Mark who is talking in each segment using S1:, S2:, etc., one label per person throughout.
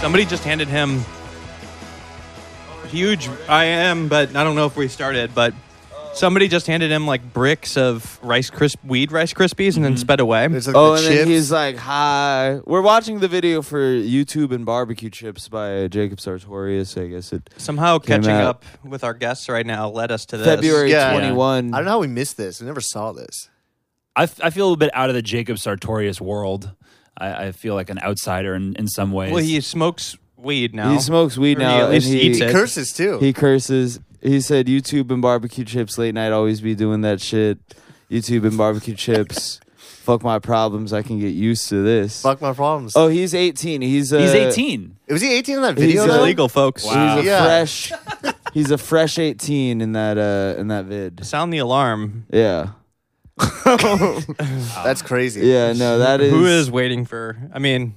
S1: Somebody just handed him huge. I am, but I don't know if we started. But somebody just handed him like bricks of Rice crisp weed Rice Krispies and then sped away.
S2: There's like
S3: Oh,
S2: the
S3: and
S2: chips.
S3: then he's like, "Hi." We're watching the video for YouTube and barbecue chips by Jacob Sartorius. I guess it
S1: Somehow
S3: Came
S1: catching
S3: out.
S1: up with our guests right now led us to this.
S3: February
S2: Yeah.
S3: twenty one.
S2: I don't know how we missed this. We never saw this.
S4: I, f- I feel a little bit out of the Jacob Sartorius world. I, I feel like an outsider in, in some ways.
S1: Well, he smokes weed now.
S3: He smokes weed
S1: Or
S3: now.
S1: He at
S3: and
S1: least
S3: he,
S1: eats it.
S2: Curses too.
S3: He curses. He said, "YouTube and barbecue chips late night always be doing that shit. YouTube and barbecue chips. Fuck my problems. I can get used to this."
S2: Fuck my problems.
S3: Oh, he's eighteen. He's uh,
S4: he's 18.
S2: was he 18 in that
S3: he's
S2: video?
S1: It's
S3: a-
S2: though?
S1: illegal, folks.
S4: Wow.
S3: He's a
S2: Yeah.
S3: fresh. he's a fresh eighteen in that uh in that vid.
S1: Sound the alarm.
S3: Yeah.
S2: That's crazy.
S3: Yeah. No, that is
S1: Who is waiting for? I mean,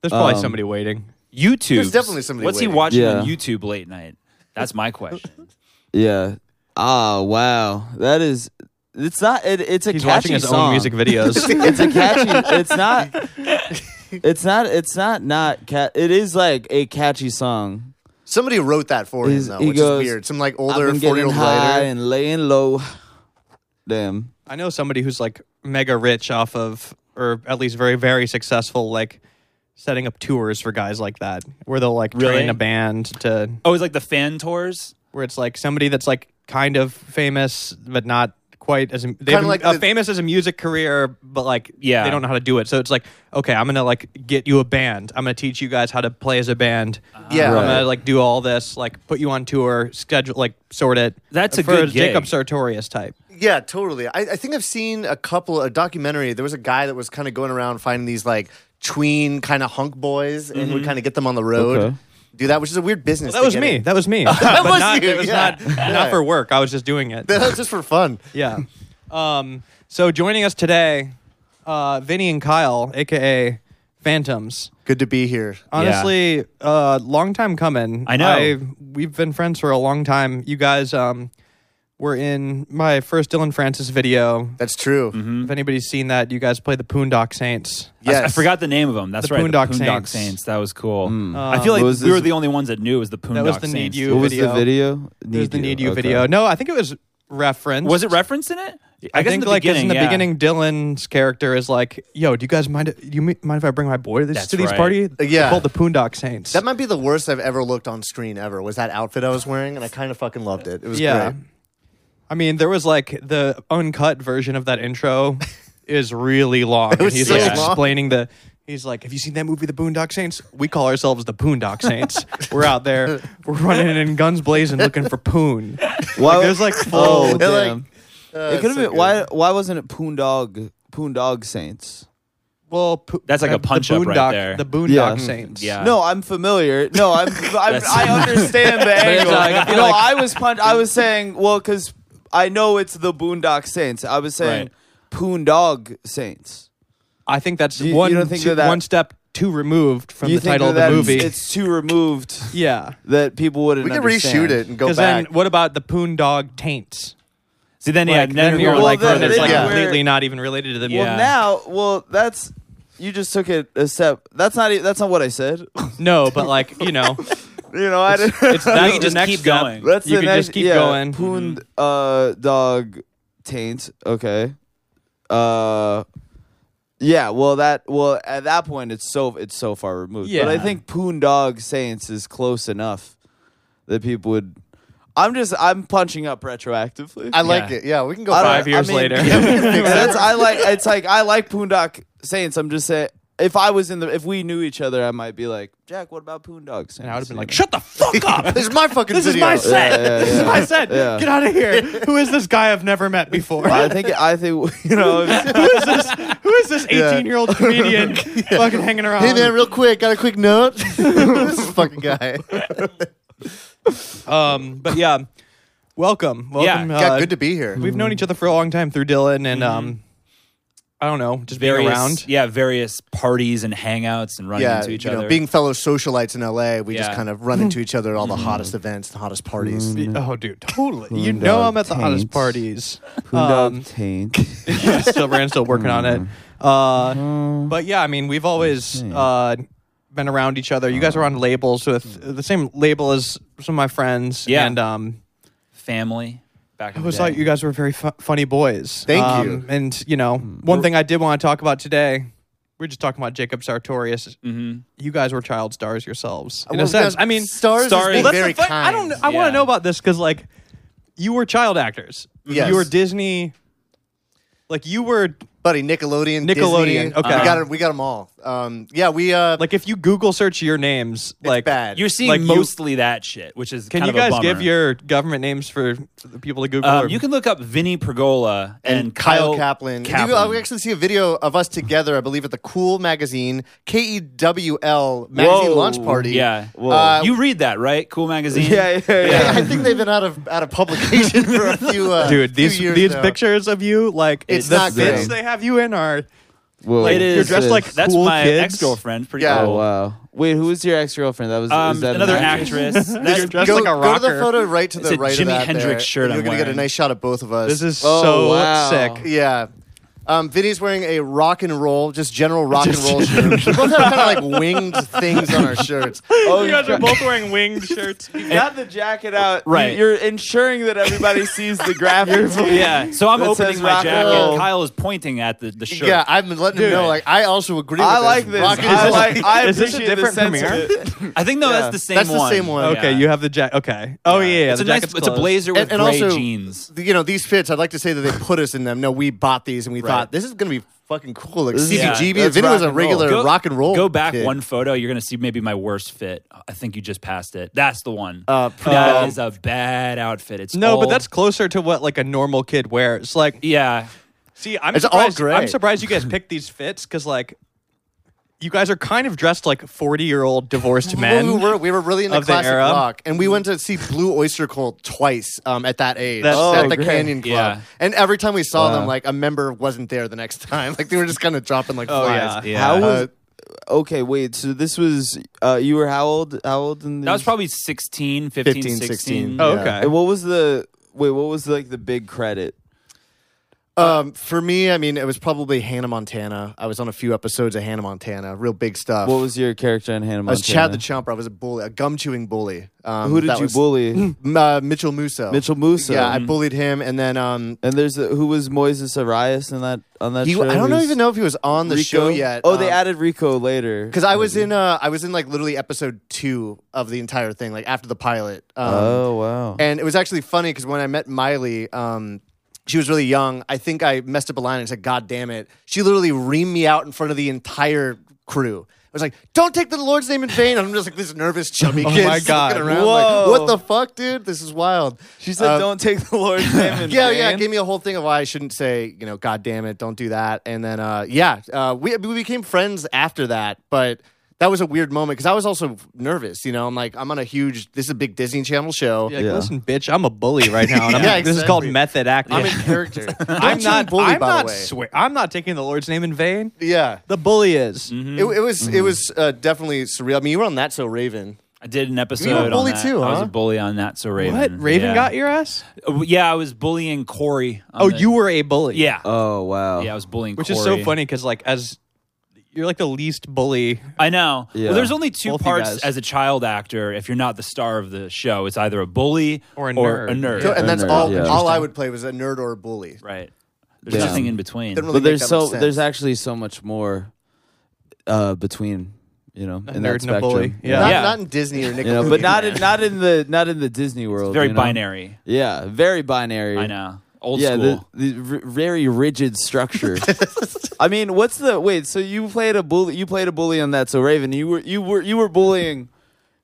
S1: there's probably
S3: Um,
S1: somebody waiting.
S4: YouTube.
S2: There's definitely somebody
S4: What's
S2: waiting.
S4: he watching on
S3: Yeah.
S4: YouTube late night? That's my question.
S3: Yeah. Ah, wow. That is. It's not. It, it's a
S1: He's
S3: catchy
S1: watching his
S3: song.
S1: own music videos.
S3: it's a catchy. It's not. It's not. It's not. Not cat. It is like a catchy song.
S2: Somebody wrote that for him
S3: He's-
S2: though,
S3: he
S2: which
S3: goes,
S2: is weird. Some like
S3: I've
S2: older forty
S3: been
S2: year
S3: getting
S2: old
S3: high
S2: writer.
S3: and laying low. Damn.
S1: I know somebody who's like mega rich off of, or at least very, very successful, like setting up tours for guys like that, where they'll like
S4: Really?
S1: train a band to,
S4: oh, it's like the fan tours?
S1: where it's like somebody that's like kind of famous, but not quite as they
S2: Kinda
S1: have
S2: like
S1: a
S2: the-
S1: famous as a music career, but like
S4: Yeah.
S1: they don't know how to do it. So it's like, okay, I'm gonna like get you a band. I'm gonna teach you guys how to play as a band.
S4: Ah.
S2: Yeah.
S1: I'm
S3: Right.
S1: gonna like do all this, like put you on tour, schedule, like sort it.
S4: That's a
S1: For
S4: good gig.
S1: Jacob Sartorius type.
S2: Yeah, totally. I, I think I've seen a couple a documentary. There was a guy that was kind of going around finding these like tween kind of hunk boys and would kind of get them on the road.
S3: Mm-hmm. Okay.
S2: Do that, which is a weird business.
S1: Well, that was
S2: to get
S1: me.
S2: in.
S1: That was me. that
S2: was
S1: not,
S2: you,
S1: It was
S2: yeah.
S1: not not for work. I was just doing it.
S2: That was just for fun.
S1: yeah. Um. So joining us today, uh, Vinny and Kyle, aka Phantoms.
S2: Good to be here.
S1: Honestly, uh, long time coming.
S4: I know.
S1: we've been friends for a long time. You guys um, were in my first Dylan Francis video.
S2: That's true.
S3: Mm-hmm.
S1: If anybody's seen that, you guys played the Poondock Saints.
S4: I- I,
S2: Yes.
S4: forgot the name of them. That's
S1: The
S4: right.
S1: Poondock
S4: the Poondock
S1: Saints. Um,
S4: Saints. That was cool. I feel like
S3: What was
S4: we were
S3: this-
S4: the only ones that knew it was the Poondock
S1: was the
S4: Saints.
S1: Need You
S3: What was
S1: Video.
S3: the video? Need
S1: There's the Need You
S3: Okay.
S1: video. No, I think it was referenced.
S4: Was it referenced in it?
S1: I,
S4: guess
S1: think
S4: in the
S1: like 'cause
S4: beginning,
S1: in the
S4: yeah.
S1: beginning, Dylan's character is like, "Yo, do you guys mind? Do you mi- mind if I bring my boy to this
S4: That's
S1: to these
S4: right.
S1: party?
S2: Uh, yeah.
S1: They're called the Poondock Saints.
S2: That might be the worst I've ever looked on screen ever. Was that outfit I was wearing, and I kind of fucking loved it. It was
S1: yeah.
S2: great.
S1: I mean, there was like the uncut version of that intro is really long.
S2: was
S1: and he's
S2: so
S1: like
S2: long.
S1: explaining the. He's like, "Have you seen that movie, The Boondock Saints? We call ourselves the Poondock Saints. We're out there, we're running in guns blazing, looking for poon.
S3: Why
S1: Like, there's like full.
S3: oh
S2: They're like-
S3: damn.
S2: Uh,
S3: it
S2: it's
S3: could have
S2: so
S3: been.
S2: good.
S3: Why? Why wasn't it Poondog? Poondog Saints.
S1: well, po-
S4: That's like a
S1: the
S4: punch-up right
S1: Boondock-
S4: there.
S1: The Boondock
S3: Yeah.
S1: Saints.
S4: Yeah.
S3: No, I'm familiar. No, I'm, I'm
S4: That's-
S3: I understand the
S1: it's
S3: angle.
S1: like- I feel
S3: no,
S1: like-
S3: I was punch. I was saying, well, because I know it's the Boondock Saints. I was saying
S4: Right.
S3: Poondog Saints.
S1: I think that's
S3: You- you
S1: one
S3: don't think
S1: two-
S3: that that-
S1: one step too removed from
S3: you
S1: the title of
S3: that
S1: the
S3: it's-
S1: movie.
S3: It's too removed
S1: yeah.
S3: that people wouldn't.
S2: We could
S3: understand.
S2: reshoot it and go
S1: Because
S2: back.
S1: then, what about the Poondog Taints?
S4: See, then, oh, yeah,
S1: Like, then you're
S3: Well,
S1: like,
S3: then-
S1: it's like
S2: then
S1: completely
S3: we're-
S1: not even related to the.
S3: Well,
S4: Yeah.
S3: now, well, that's you just took it a step. That's not. e- That's not what I said.
S1: No, but like you know,
S3: you know, I didn't.
S1: it's
S4: We
S1: that's
S4: could
S1: the
S4: just
S1: next
S4: keep
S1: step.
S4: going.
S3: That's
S1: you
S3: the
S1: could
S3: next,
S1: just keep
S3: yeah,
S1: going. Mm-hmm.
S3: Poon uh, dog taint. Okay. Uh, yeah. Well, that well at that point it's so it's so far removed. But I
S1: Yeah.
S3: think poon dog saints is close enough that people would. I'm just I'm punching up retroactively.
S2: I liked
S4: Yeah.
S2: it. Yeah, we can go
S3: I don't-
S2: back.
S1: Five years later.
S3: yeah, we can fix it. that's I like. It's like I like Poondock Saints. I'm just saying, if I was in the, if we knew each other, I might be like, Jack, what about Poondock Saints?
S1: And I would have been
S3: You
S1: like,
S3: know?
S1: "Shut the fuck up!
S2: This is my fucking
S1: this is
S2: video.
S1: my set.
S3: yeah,
S1: This is
S3: yeah.
S1: my set.
S3: Yeah.
S1: Get out of here! Who is this guy I've never met before?
S3: I think I think you know. if-
S1: Who is this? Who is this eighteen-year-old comedian fucking hanging around?
S2: Hey man, real quick, got a quick note. this fucking guy.
S1: um, but yeah, welcome, welcome.
S4: Yeah,
S2: yeah,
S1: uh,
S2: good to be here.
S1: We've known each other for a long time through Dylan and um, I don't know, just being
S4: various,
S1: around.
S4: yeah, various parties and hangouts and running
S2: Yeah,
S4: into each
S2: you know,
S4: other.
S2: being fellow socialites in LA, we just
S4: Yeah.
S2: kind of run into each other at all the
S1: Mm-hmm.
S2: hottest events and hottest parties.
S1: Oh, dude, totally. you know
S3: dog
S1: I'm at the hottest
S3: taints.
S1: parties.
S3: Poondog
S1: Um,
S3: taint.
S1: still, Rand's still working on it. Uh, but yeah, I mean, we've always uh, been around each other. You guys are on labels with the same label as some of my friends.
S4: Yeah.
S1: And um,
S4: family. Back
S1: I
S4: in
S1: was
S4: the day.
S1: like, you guys were very fu- funny boys.
S2: Thank
S1: Um,
S2: you.
S1: And, you know, one thing I did want to talk about today. We are just talking about Jacob Sartorius. You guys were child stars yourselves, in
S2: Uh, Well,
S1: a sense.
S2: that-
S1: I mean,
S2: stars is
S4: stars-
S2: being
S4: Well,
S2: very
S1: the fun-
S2: kind.
S1: I don't. I want
S4: Yeah.
S1: to know about this because like you were child actors.
S2: Yes.
S1: You were Disney. Like you were
S2: buddy. Nickelodeon,
S1: Nickelodeon,
S2: Disney.
S1: okay.
S2: we got it. We got them all. Um, yeah, we uh,
S1: like if you Google search your names,
S2: it's
S1: like
S2: bad.
S4: You're seeing
S1: Like you-
S4: mostly that shit, which is
S1: Can
S4: kind
S1: you
S4: of a
S1: guys
S4: bummer.
S1: give your government names for the people to Google?
S4: Um,
S1: or-
S4: you can look up Vinny Pergola and,
S2: and Kyle, Kaplan.
S4: Kaplan.
S2: You, uh, we actually see a video of us together, I believe, at the Cool Magazine K E W L magazine
S3: Whoa.
S2: launch party.
S4: Yeah.
S3: Whoa.
S2: Uh,
S4: you read that, right? Cool magazine.
S3: yeah, yeah, yeah.
S2: I think they've been out of out of publication for a few. Uh,
S1: Dude,
S2: few
S1: these
S2: years
S1: these
S2: now.
S1: pictures of you, like
S2: It's
S1: the
S2: not
S1: fits
S3: great.
S1: they have you in are
S3: Whoa.
S1: Like,
S4: It is.
S1: you're dressed like
S4: that's
S1: cool
S4: my
S1: kids.
S4: ex girlfriend. Pretty
S2: Yeah.
S4: cool.
S3: Oh wow. Wait, who was your ex girlfriend? That was
S4: Um,
S3: is that an
S4: another actress. That's
S1: you're dressed
S2: Go,
S1: like a
S2: go to
S1: rocker.
S2: the photo right to
S4: It's
S2: the
S4: a
S2: right
S4: Jimi
S2: of that
S4: Hendrix
S2: there,
S4: shirt
S2: and
S4: I'm
S2: You're gonna get a
S4: wearing.
S2: nice shot of both of us.
S1: this is
S3: Oh,
S1: so
S3: wow.
S1: sick.
S2: Yeah. Um, Vinny's wearing a rock and roll, just general rock and roll shirt. we both have kind of like winged things on our shirts.
S3: Oh,
S1: you guys
S3: you're-
S1: are both wearing winged shirts.
S3: You got the jacket out.
S4: Right.
S3: You, are ensuring that everybody sees the graphic.
S4: Yeah. So I'm
S3: That
S4: opening
S3: says
S4: my
S3: rock and
S4: jacket.
S3: roll.
S4: Kyle is pointing at the, the shirt.
S2: Yeah, I'm letting him know. Like, I also agree. With
S3: I like this.
S2: Rock and
S3: I
S2: roll.
S3: like. I
S1: Is this a
S3: appreciate the
S1: different
S3: sense of
S1: premiere?
S3: it.
S4: I think no,
S3: Yeah.
S4: that's the same
S2: That's the
S4: one.
S2: same one.
S4: Yeah.
S1: okay, you have the jacket. Okay. Oh yeah, yeah,
S4: it's
S1: the
S4: a nice.
S1: jacket's
S4: It's a
S1: closed.
S4: blazer with
S2: And- and
S4: gray
S2: also-
S4: jeans.
S2: you know these fits. I'd like to say that they put us in them. No, we bought these and we thought this is gonna be fucking cool. Like
S3: This is-
S4: yeah,
S2: CBGB.
S3: that's
S2: Vinny was
S3: rock
S2: a
S3: and roll.
S2: regular
S4: Go-
S2: rock and roll.
S4: Go back
S2: kid.
S4: one photo. You're gonna see maybe my worst fit. I think you just passed it. That's the one.
S2: Uh,
S4: that
S2: um,
S4: is a bad outfit. It's
S1: No, but
S4: old.
S1: that's closer to what like a normal kid wears. Like
S4: yeah.
S1: See, I'm
S2: It's all
S1: surprised,
S2: gray.
S1: I'm surprised you guys picked these fits because like you guys are kind of dressed like 40 year old divorced men.
S2: Well, we were we were really into
S1: of the
S2: classic
S1: era.
S2: rock, and we went to see Blue Oyster Cult twice um, at that age
S1: That's
S2: at
S1: so
S2: the
S3: great.
S2: Canyon Club.
S4: Yeah.
S2: And every time we saw them,
S3: Wow.
S2: like a member wasn't there the next time. Like they were just kind of dropping like
S1: Oh, yeah.
S2: flies.
S4: Yeah.
S3: How was?
S2: Uh,
S3: okay, wait. So this was. Uh, you were how old? How old? In
S4: That was
S3: these-
S4: probably 16, 15,
S2: 15,
S4: 16.
S2: 16.
S1: oh,
S2: yeah.
S1: okay.
S3: And what was the? Wait, what was like the big credit?
S2: Um, for me, I mean, it was probably Hannah Montana. I was on a few episodes of Hannah Montana, real big stuff.
S3: What was your character in Hannah
S2: I was Chad
S3: Montana?
S2: the Chomper. I was a bully, a gum chewing bully. Um,
S3: Who did
S2: that
S3: you
S2: was-
S3: bully?
S2: M- Uh, Mitchell Musso.
S3: Mitchell Musso. Mm-hmm.
S2: Yeah, I bullied him, and then um,
S3: and there's a, who was Moises Arias in that on that
S2: he,
S3: show?
S2: I don't
S3: He
S2: know,
S3: was
S2: even know if he was on the
S3: Rico?
S2: show yet.
S3: Oh, they
S2: Um,
S3: added Rico later.
S2: because I was in uh I was in like literally episode two of the entire thing, like after the pilot. Um,
S3: oh wow.
S2: and it was actually funny because when I met Miley, um, she was really young. I think I messed up a line and said, "God damn it!" She literally reamed me out in front of the entire crew. I was like, "Don't take the Lord's name in vain." And I'm just like this nervous, chubby
S1: Oh
S2: kid.
S1: my God.
S2: looking around like,
S3: Whoa.
S2: what the fuck, dude? This is wild.
S3: She said,
S2: Um,
S3: "Don't take the Lord's name in
S2: yeah, yeah.
S3: vain."
S2: It gave me a whole thing of why I shouldn't say, you know, God damn it, don't do that. And then, uh, yeah, uh, we we became friends after that, but that was a weird moment because I was also nervous. You know, I'm like, I'm on a huge, this is a big Disney Channel show.
S1: You're like,
S3: Yeah.
S1: Listen, bitch, I'm a bully right now. And I'm
S2: Yeah,
S1: like, This is called
S2: exactly.
S1: method acting.
S2: I'm in character. Don't
S1: I'm
S2: you
S1: not.
S2: bully,
S1: I'm
S2: by
S1: not
S2: the way.
S1: swear. I'm not taking the Lord's name in vain.
S2: yeah.
S1: The bully is.
S4: Mm-hmm.
S2: It, it was
S3: Mm.
S2: it was uh, definitely surreal. I mean, you were on that so Raven.
S4: I did an episode.
S2: You were a bully
S4: on that.
S2: too,
S4: I was
S2: huh?
S4: a bully on that. So Raven.
S1: What? Raven
S4: yeah.
S1: got your ass?
S4: Uh, Yeah, I was bullying Corey. on
S1: Oh,
S4: the-
S1: you were a bully.
S4: Yeah.
S3: Oh wow.
S4: yeah, I was bullying.
S1: Which
S4: Corey.
S1: is so funny because like as you're like the least bully.
S4: I know.
S3: Yeah.
S4: Well, there's only two
S1: Both you guys.
S4: parts as a child actor. If you're not the star of the show, it's either a bully
S1: Or a nerd.
S2: So-
S3: Yeah.
S2: and that's
S3: nerd,
S2: all.
S3: yeah.
S2: All I would play was a nerd or a bully.
S4: right. There's
S3: Yeah.
S4: nothing in between.
S2: Didn't really
S3: but
S2: make
S3: there's
S2: that much
S3: so there's
S2: sense.
S3: actually so much more uh, between you know
S1: nerd
S3: in that
S1: and a
S3: spectrum.
S1: bully. Yeah.
S2: not,
S4: Yeah.
S2: not in Disney or Nickelodeon,
S3: You know, but not in not in the not in the Disney world.
S4: Very
S3: you know?
S4: binary.
S3: Yeah, very binary.
S4: I know. Old
S3: yeah,
S4: school.
S3: the, the r- very rigid structure. I mean, what's the wait? So you played a bully. You played a bully on that. So Raven, you were you were you were bullying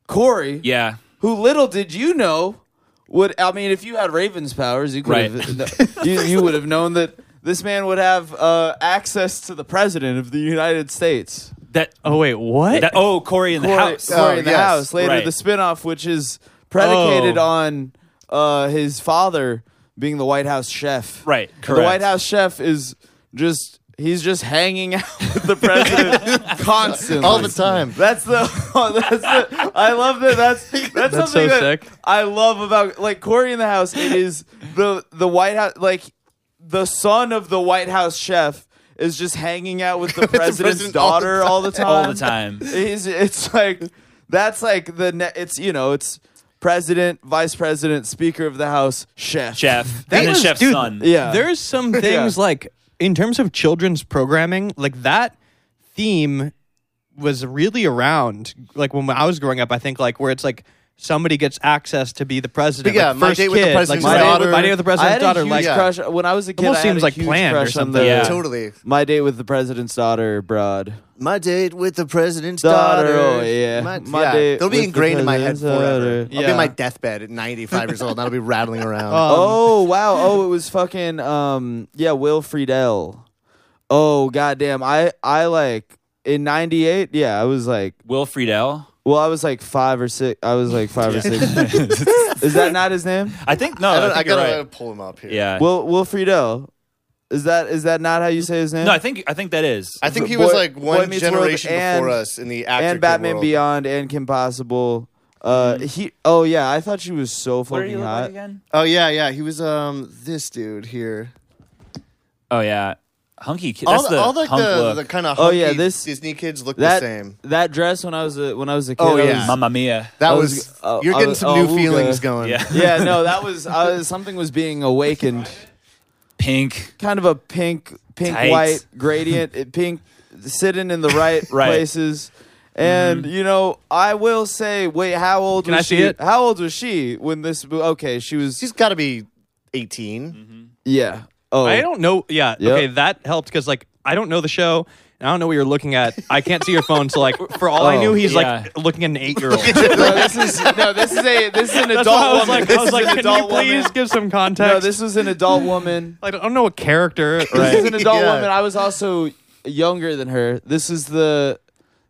S3: Corey.
S4: yeah.
S3: Who little did you know would I mean? If you had Raven's powers, you could have you, you would have known that this man would have uh, access to the president of the United States.
S4: That.
S1: Oh wait, what?
S4: that oh, Corey in the
S3: Corey,
S4: house.
S3: Corey in the
S2: yes.
S3: house. Later,
S4: Right.
S3: the spinoff, which is predicated
S1: Oh.
S3: on uh, his father being the White House chef.
S4: Right,
S3: And The
S4: correct.
S3: White House chef is just he's just hanging out with the president constantly.
S2: all the time.
S3: That's the. That's the. I love that. That's that's,
S1: That's so
S3: something that
S1: sick.
S3: I love about like Corey in the house. It is the the White House like the son of the White House chef is just hanging out with the president's
S2: president all the
S3: daughter all the time.
S4: all the time.
S3: He's, it's like that's like the ne- it's you know it's president, vice president, speaker of the house, chef,
S4: Chef.
S1: That
S4: and
S1: was-
S4: the chef's
S1: dude,
S4: son.
S3: Yeah,
S1: There's some things like in terms of children's programming, like that theme was really around like when I was growing up, I think like where it's like somebody gets access to be the president.
S2: Yeah,
S1: like,
S2: My
S1: first
S2: Date with the
S1: kid,
S2: President's
S1: like, my Date with-
S2: Daughter.
S1: my date with the
S3: I
S1: president's
S3: had
S1: daughter.
S3: a huge
S1: like
S3: crush when I was a kid.
S1: Almost
S3: I had
S1: seems
S3: a
S1: like
S3: huge
S1: planned or
S3: crush on
S1: something.
S3: the-
S4: Yeah.
S2: Totally.
S3: My date with the president's daughter, broad.
S2: My date with the president's daughter.
S3: Daughter, oh, yeah.
S2: My,
S3: My
S2: yeah.
S3: date
S2: They'll be
S3: with the
S2: ingrained in my head
S3: president's
S2: forever.
S3: daughter.
S2: I'll be
S1: Yeah.
S2: in my deathbed at 95 years old, and I'll be rattling around.
S3: oh wow! Oh, it was fucking um yeah, Will Friedle. Oh goddamn! I I like in '98. Yeah, I was like,
S4: Will Friedle.
S3: well, I was like five or six. I was like five or six. Is that not his name?
S4: I think no.
S2: Oh, I,
S4: I,
S2: don't, I,
S4: think you're
S2: gotta
S4: right.
S2: pull him up here.
S4: Yeah.
S3: Will Will Friedle. Is that is that not how you say his name?
S4: no, I think I think that is.
S2: I think he
S3: Boy-
S2: was like
S3: Boy
S2: one
S3: Meets World
S2: generation before
S3: and-
S2: us in the actor
S3: and Batman
S2: world.
S3: Beyond and Kim Possible. Uh, he. Oh yeah, I thought she was so fucking hot.
S4: again?
S2: Oh yeah, yeah. He was um this dude here.
S4: Oh yeah, hunky. Kid.
S2: All
S4: That's
S2: the,
S4: the
S2: all like
S4: hunk
S2: the,
S4: look.
S2: the kind of
S3: Oh, yeah, this-
S2: Disney kids look
S3: that
S2: the same.
S3: that dress when I was a, when I was a kid.
S2: Oh,
S3: I
S2: yeah.
S3: was-
S4: Mamma mia.
S2: That
S3: I
S2: was,
S3: was- oh,
S2: you're
S3: I
S2: getting
S3: was-
S2: some
S3: oh,
S2: new
S3: ooga.
S2: feelings going.
S4: Yeah.
S3: yeah, no, that was uh, something was being awakened.
S4: Pink.
S3: Kind of a pink, pink
S4: Tights.
S3: white gradient, it- pink sitting in the right,
S4: Right.
S3: places. And you know, I will say, wait, how old
S1: Can
S3: was
S1: I see
S3: she?
S1: it?
S3: How old was she when this? Okay, she was.
S2: She's got to be 18.
S3: Mm-hmm. yeah. Oh,
S1: I don't know. Yeah.
S3: Yep.
S1: Okay, that helped because like I don't know the show. And I don't know what you're looking at. I can't see your phone, so like for all I
S3: Oh,
S1: knew, he's
S4: yeah.
S1: like looking at an eight year old.
S3: No, this is no. This is a this is an
S1: That's
S3: adult
S1: why I was
S3: woman.
S1: like,
S3: This
S1: I was
S3: is
S1: like,
S3: an
S1: can you
S3: adult
S1: please
S3: woman.
S1: give some context?
S3: No, this was an adult woman.
S1: Like, I don't know what character.
S3: This is
S1: Right.
S3: an adult
S2: Yeah.
S3: woman. I was also younger than her. This is the.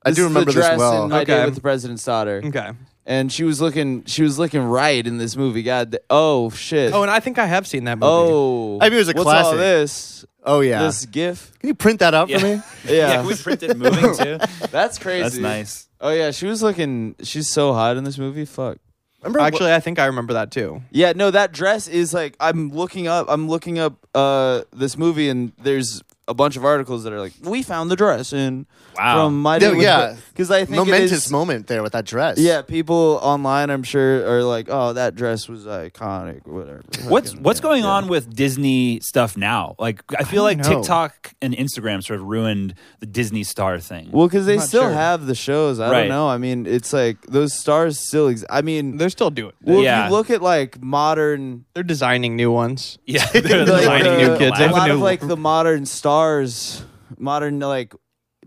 S2: I
S3: this
S2: do
S3: is
S2: remember
S3: the
S2: this
S3: dress
S2: well.
S3: In my
S1: Okay.
S3: Day with the president's daughter,
S1: okay.
S3: and she was looking. She was looking right in this movie. God, da- oh shit.
S1: Oh, and I think I have seen that movie.
S3: Oh.
S2: I mean, it was a
S3: what's all
S2: classic.
S3: this?
S2: Oh yeah.
S3: This gif.
S2: Can you print that out
S4: Yeah.
S2: for me?
S3: Yeah,
S4: can we print it moving too?
S3: that's crazy.
S4: That's nice.
S3: Oh yeah, she was looking. She's so hot in this movie. Fuck.
S2: Remember what-
S1: actually, I think I remember that too.
S3: Yeah, no, that dress is like I'm looking up. I'm looking up uh, this movie, and there's a bunch of articles that are like, "We found the dress," and
S4: Wow.
S3: from my
S2: Yeah, yeah.
S3: because I think it
S2: momentous
S3: is-
S2: moment there with that dress.
S3: Yeah, people online, I'm sure, are like, "Oh, that dress was iconic," or whatever.
S4: What's
S3: Fucking-
S4: what's
S3: yeah,
S4: going
S3: yeah.
S4: on with Disney stuff now? Like I feel like
S1: know.
S4: TikTok and Instagram sort of ruined the Disney star thing.
S3: Well, because they
S1: not
S3: still
S1: sure.
S3: have the shows. I
S4: Right.
S3: don't know. I mean, it's like those stars still. Ex- I mean,
S1: They're still doing.
S3: well,
S4: Yeah.
S3: if you look at like modern
S1: They're designing new ones.
S4: yeah, they're
S3: like,
S1: designing
S3: uh,
S1: new kids. They
S3: A
S1: have a
S3: lot of
S1: new-
S3: like the modern stars, modern like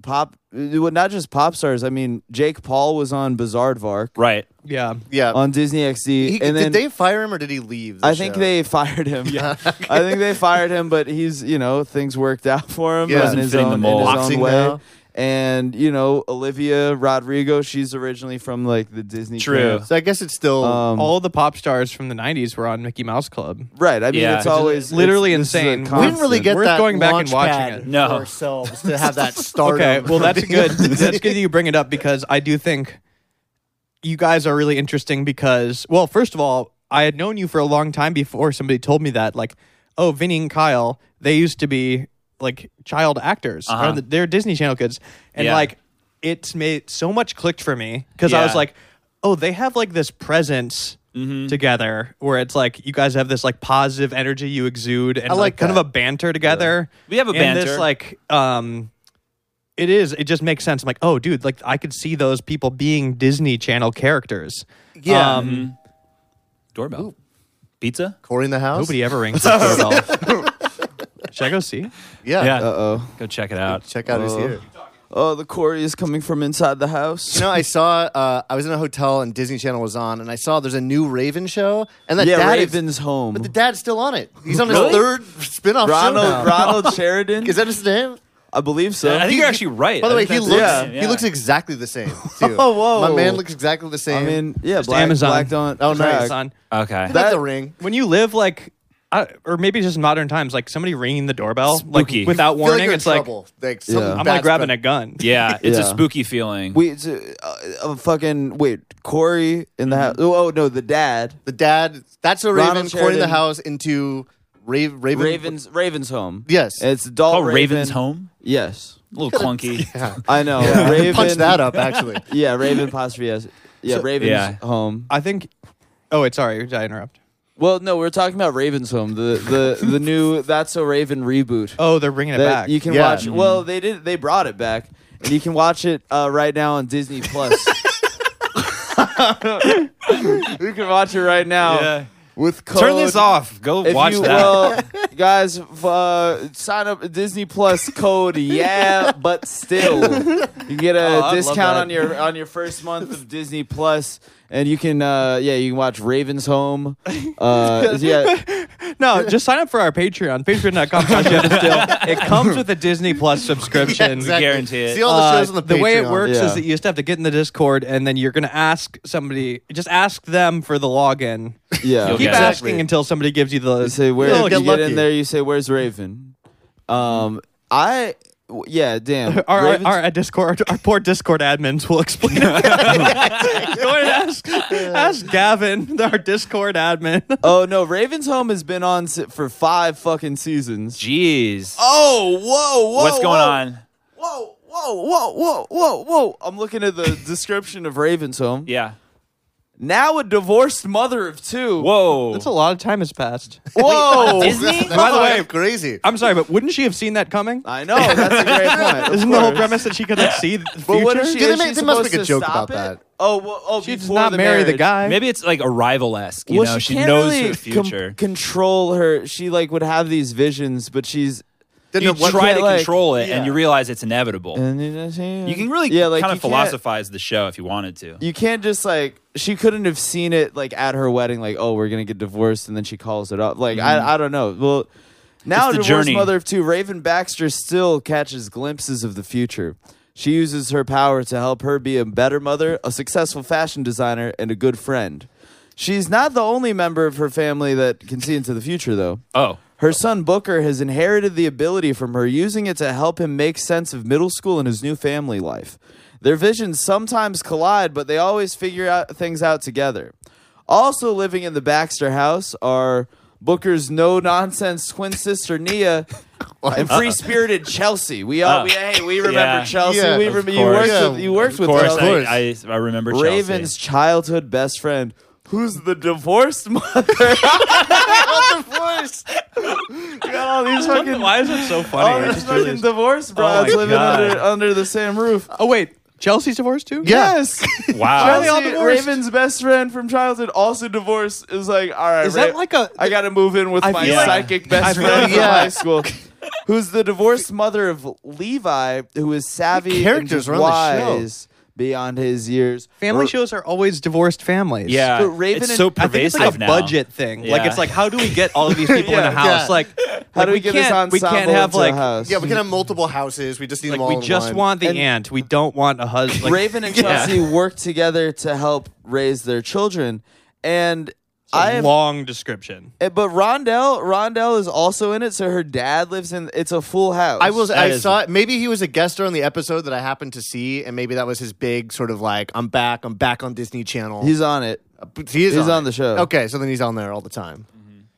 S3: pop, well, not just pop stars. I mean, Jake Paul was on Bizarre
S4: right.
S1: Yeah.
S2: yeah.
S3: on Disney XD,
S2: He-
S3: and then
S2: did they fire him or did he leave? the
S3: I think
S2: show?
S3: they fired him. Yeah, I think they fired him, but he's you know things worked out for him
S2: Yeah.
S3: in
S2: Wasn't
S3: his
S4: fitting the
S3: own, in
S4: mold.
S3: his own
S2: Boxing
S3: way.
S2: now.
S3: And you know Olivia Rodrigo, she's originally from like the Disney.
S4: True.
S3: camp.
S2: So I guess it's still.
S3: Um,
S1: All the pop stars from the 90s were on Mickey Mouse Club.
S3: right. I mean,
S4: Yeah.
S3: it's always
S1: Literally
S3: it's- this is a
S1: insane.
S2: we didn't really
S3: constant.
S2: get
S1: Worth
S2: that
S1: going back and
S2: launch
S1: watching
S2: pad
S1: it.
S2: for
S4: No.
S2: ourselves to have that stardom.
S1: Okay. Well, that's good. that's good that you bring it up because I do think you guys are really interesting because, well, first of all, I had known you for a long time before somebody told me that, like, oh, Vinny and Kyle, they used to be like child actors. Or
S4: Uh-huh.
S1: the- They're Disney Channel kids. And
S4: Yeah.
S1: like, it's made so much clicked for me because I was
S4: Yeah. Mm-hmm.
S1: like, oh, they have like this presence together where it's like you guys have this like positive energy you exude and
S2: I
S1: like
S2: like
S1: kind of
S2: that.
S1: a banter together.
S4: We have a
S1: and This
S4: banter.
S1: like um, it is. It just makes sense. I'm like, oh, dude, like I could see those people being Disney Channel characters.
S2: yeah.
S1: Um,
S4: Doorbell. Pizza.
S2: Corey in the house.
S1: Nobody ever rings the doorbell. Should I go see?
S2: Yeah.
S4: Yeah.
S3: Uh-oh.
S4: Go check it out.
S2: Check out who's
S3: Oh.
S2: here.
S3: Oh, the Corey is coming from inside the house.
S2: You know, I saw. Uh, I was in a hotel and Disney Channel was on, and I saw there's a new Raven show, and that
S3: yeah,
S2: dad is-
S3: Raven's home.
S2: but the dad's still on it. He's on his
S4: Really?
S2: third spin-off show now.
S3: Ronald Ronald Sheridan.
S2: Is that his name?
S3: I believe so.
S4: I think you're actually right.
S2: By the
S4: I
S2: way,
S4: think
S2: he
S4: that's-
S2: looks
S3: yeah,
S2: he
S4: yeah.
S2: looks exactly the same too.
S3: Oh, whoa.
S2: My man looks exactly the
S3: I
S2: same.
S3: mean, yeah,
S1: Just
S3: black,
S1: Amazon.
S3: Black don't.
S2: Oh, nice.
S3: crack.
S1: Son,
S4: Okay.
S2: that's
S3: that-
S2: a ring.
S1: when you live like, I, or maybe just in modern times, like somebody ringing the doorbell
S4: Spooky.
S1: like without
S2: I feel like
S1: warning,
S2: you're in
S1: it's like
S2: trouble. Like,
S3: Yeah.
S2: something
S3: I'm
S1: I'm
S2: bad's
S1: like grabbing
S2: gonna-
S1: a gun.
S4: Yeah, it's a
S3: Yeah.
S4: spooky feeling.
S3: Wait, so, uh, uh, fucking wait, Corey in the house. Oh, oh, no, the dad.
S2: the dad. That's a
S3: Ronald
S2: Raven. Corey in the
S3: Sheridan.
S2: house into Ra- Raven.
S3: Ravens Ravens home.
S2: Yes.
S3: It's Dalt
S4: Oh,
S3: Raven.
S4: Raven's home.
S3: Yes,
S4: A little clunky.
S2: Yeah.
S3: I know.
S2: Yeah, I
S3: Raven.
S2: Punch that up, actually.
S3: Yeah, Raven apostrophe yes. Yeah, Raven's
S4: Yeah.
S3: home.
S1: I think. Oh wait, sorry, did I interrupt?
S3: Well, no, we are talking about Raven's home, the the the new That's So Raven reboot.
S1: Oh, they're bringing it
S3: that
S1: back.
S3: You can
S2: Yeah.
S3: watch. Well, they did. They brought it back, and you can watch it uh, right now on Disney Plus. you can watch it right now
S4: Yeah.
S3: with code.
S4: Turn this off. Go
S3: If
S4: watch
S3: you, uh,
S4: that.
S3: Well, guys, f- uh, sign up at Disney Plus code. Yeah, but still, you can get
S4: Oh, I'd
S3: a
S4: love
S3: discount
S4: that.
S3: on your on your first month of Disney Plus, and you can uh, yeah, you can watch Ravens Home. Uh, yeah,
S1: no, just sign up for our Patreon, patreon.com slash Jeff and Still. It comes with a Disney Plus subscription.
S2: Exactly.
S4: guarantee it.
S2: See all the
S1: Uh,
S2: shows on the Patreon.
S1: way it works
S3: Yeah.
S1: is that you just have to get in the Discord, and then you're going to ask somebody, just ask them for the login.
S3: yeah.
S4: You'll
S1: Keep
S4: get it.
S1: asking until somebody gives you the. Oh,
S3: You say where
S2: You'll
S3: you
S2: get
S3: get
S2: lucky.
S3: in there. You say where's Raven? Um, I w- yeah, damn.
S1: Our, our,
S3: Ravens-
S1: our Discord, our poor Discord admins will explain. it. Go and ask, ask Gavin, our Discord admin.
S3: oh no, Ravens Home has been on s- for five fucking seasons.
S4: Jeez.
S3: Oh whoa whoa
S4: What's going
S3: whoa.
S4: on?
S3: Whoa, whoa, whoa, whoa, whoa, whoa. I'm looking at the description of Raven's home.
S4: Yeah.
S3: Now a divorced mother of two.
S4: Whoa.
S1: That's a lot of time has passed.
S3: Whoa.
S4: Disney?
S2: That's
S1: By the way-
S2: crazy.
S1: I'm sorry, but wouldn't she have seen that coming?
S3: I know, that's a great point. of
S1: Isn't the whole
S3: course.
S1: premise that she could like see the future?
S3: But what is she,
S2: Do they
S3: is
S2: make-
S3: she
S2: they must
S3: supposed
S2: make a
S3: to
S2: joke about
S3: stop it?
S2: that.
S3: Oh, well, oh,
S1: She does
S3: before
S1: not
S3: the
S1: marry the
S3: marriage.
S1: guy.
S4: Maybe it's like arrival esque. You
S3: well,
S4: know,
S3: she,
S4: she,
S3: can't
S4: knows
S3: really
S4: her
S3: com-
S4: future.
S3: control her. She like would have these visions, but she's.
S2: Didn't
S4: you
S2: know what-
S4: try
S3: can't,
S4: to
S3: like-
S4: control it,
S3: yeah.
S4: and you realize it's inevitable. you
S3: You
S4: can really
S3: yeah, like,
S4: kind
S3: you can't-
S4: of philosophize the show if you wanted to.
S3: you can't just like she couldn't have seen it like at her wedding like oh we're gonna get divorced and then she calls it up like I, I don't know well now
S4: Mm-hmm. It's the
S3: divorced
S4: journey.
S3: mother of two raven baxter still catches glimpses of the future she uses her power to help her be a better mother a successful fashion designer and a good friend she's not the only member of her family that can see into the future though
S4: Oh,
S3: her son Booker has inherited the ability from her, using it to help him make sense of middle school and his new family life. Their visions sometimes collide, but they always figure out things out together. Also living in the Baxter house are Booker's no nonsense twin sister Nia and free spirited Chelsea. We all
S4: Uh,
S3: we hey we remember
S4: yeah.
S3: Chelsea.
S2: Yeah,
S3: we
S2: of
S3: remember you
S4: course.
S3: worked
S2: Yeah,
S3: with you worked
S4: of
S3: with
S4: course,
S3: her.
S4: I, I, I remember
S3: Raven's childhood best friend, who's the divorced mother. divorced. Got all these fucking,
S1: Why is it so
S3: all
S1: funny? It
S3: these
S1: just really
S3: fucking
S1: is-
S3: divorce brides
S4: my
S3: living
S4: God.
S3: under, under the same roof.
S1: oh wait, Chelsea's divorced too.
S3: Yes.
S4: Chelsea. Wow.
S1: they all
S3: Chelsea,
S1: divorced?
S3: Raven's best friend from childhood, also divorced, is like, all right,
S1: Is that
S3: Ra-
S1: like a-
S3: I got to move in with
S1: I
S3: my
S1: feel
S4: like-
S3: psychic
S1: I
S3: best
S1: feel
S3: friend
S2: like-
S3: from
S2: Yeah.
S3: high school, who's the divorced mother of Levi, who is savvy and
S2: characters
S3: just
S2: are on the show.
S3: wise beyond his years.
S1: Family
S3: Or-
S1: shows are always divorced families.
S4: yeah.
S3: but Raven
S4: it's
S3: and-
S4: so
S1: I think it's
S4: pervasive
S1: like a
S4: now.
S1: budget thing. Like
S4: Yeah.
S1: it's like how do we get all of these people in
S3: Yeah.
S1: a house?
S2: Yeah.
S1: Like
S3: How
S1: like,
S3: do we, get this
S1: can't-
S3: ensemble
S1: We can't have
S3: into a
S1: like
S3: house?
S2: yeah, we can have multiple houses. We just need
S1: like
S2: them all.
S1: we
S2: in
S1: just
S2: one.
S1: want the
S3: And-
S1: aunt. We don't want a husband. Like,
S3: Raven and
S1: Yeah.
S3: Chelsea work together to help raise their children, and
S1: It's a
S3: I have,
S1: long description.
S3: eh, but Rondell Rondell is also in it, so her dad lives in. It's a full house.
S2: I was.
S4: That
S2: I
S4: is-
S2: saw. Maybe he was a guest star on the episode that I happened to see, and maybe that was his big sort of like, "I'm back. I'm back on Disney Channel."
S3: He's on it.
S2: But he is
S3: he's on
S2: it.
S3: the show.
S2: Okay, so then he's on there all the time.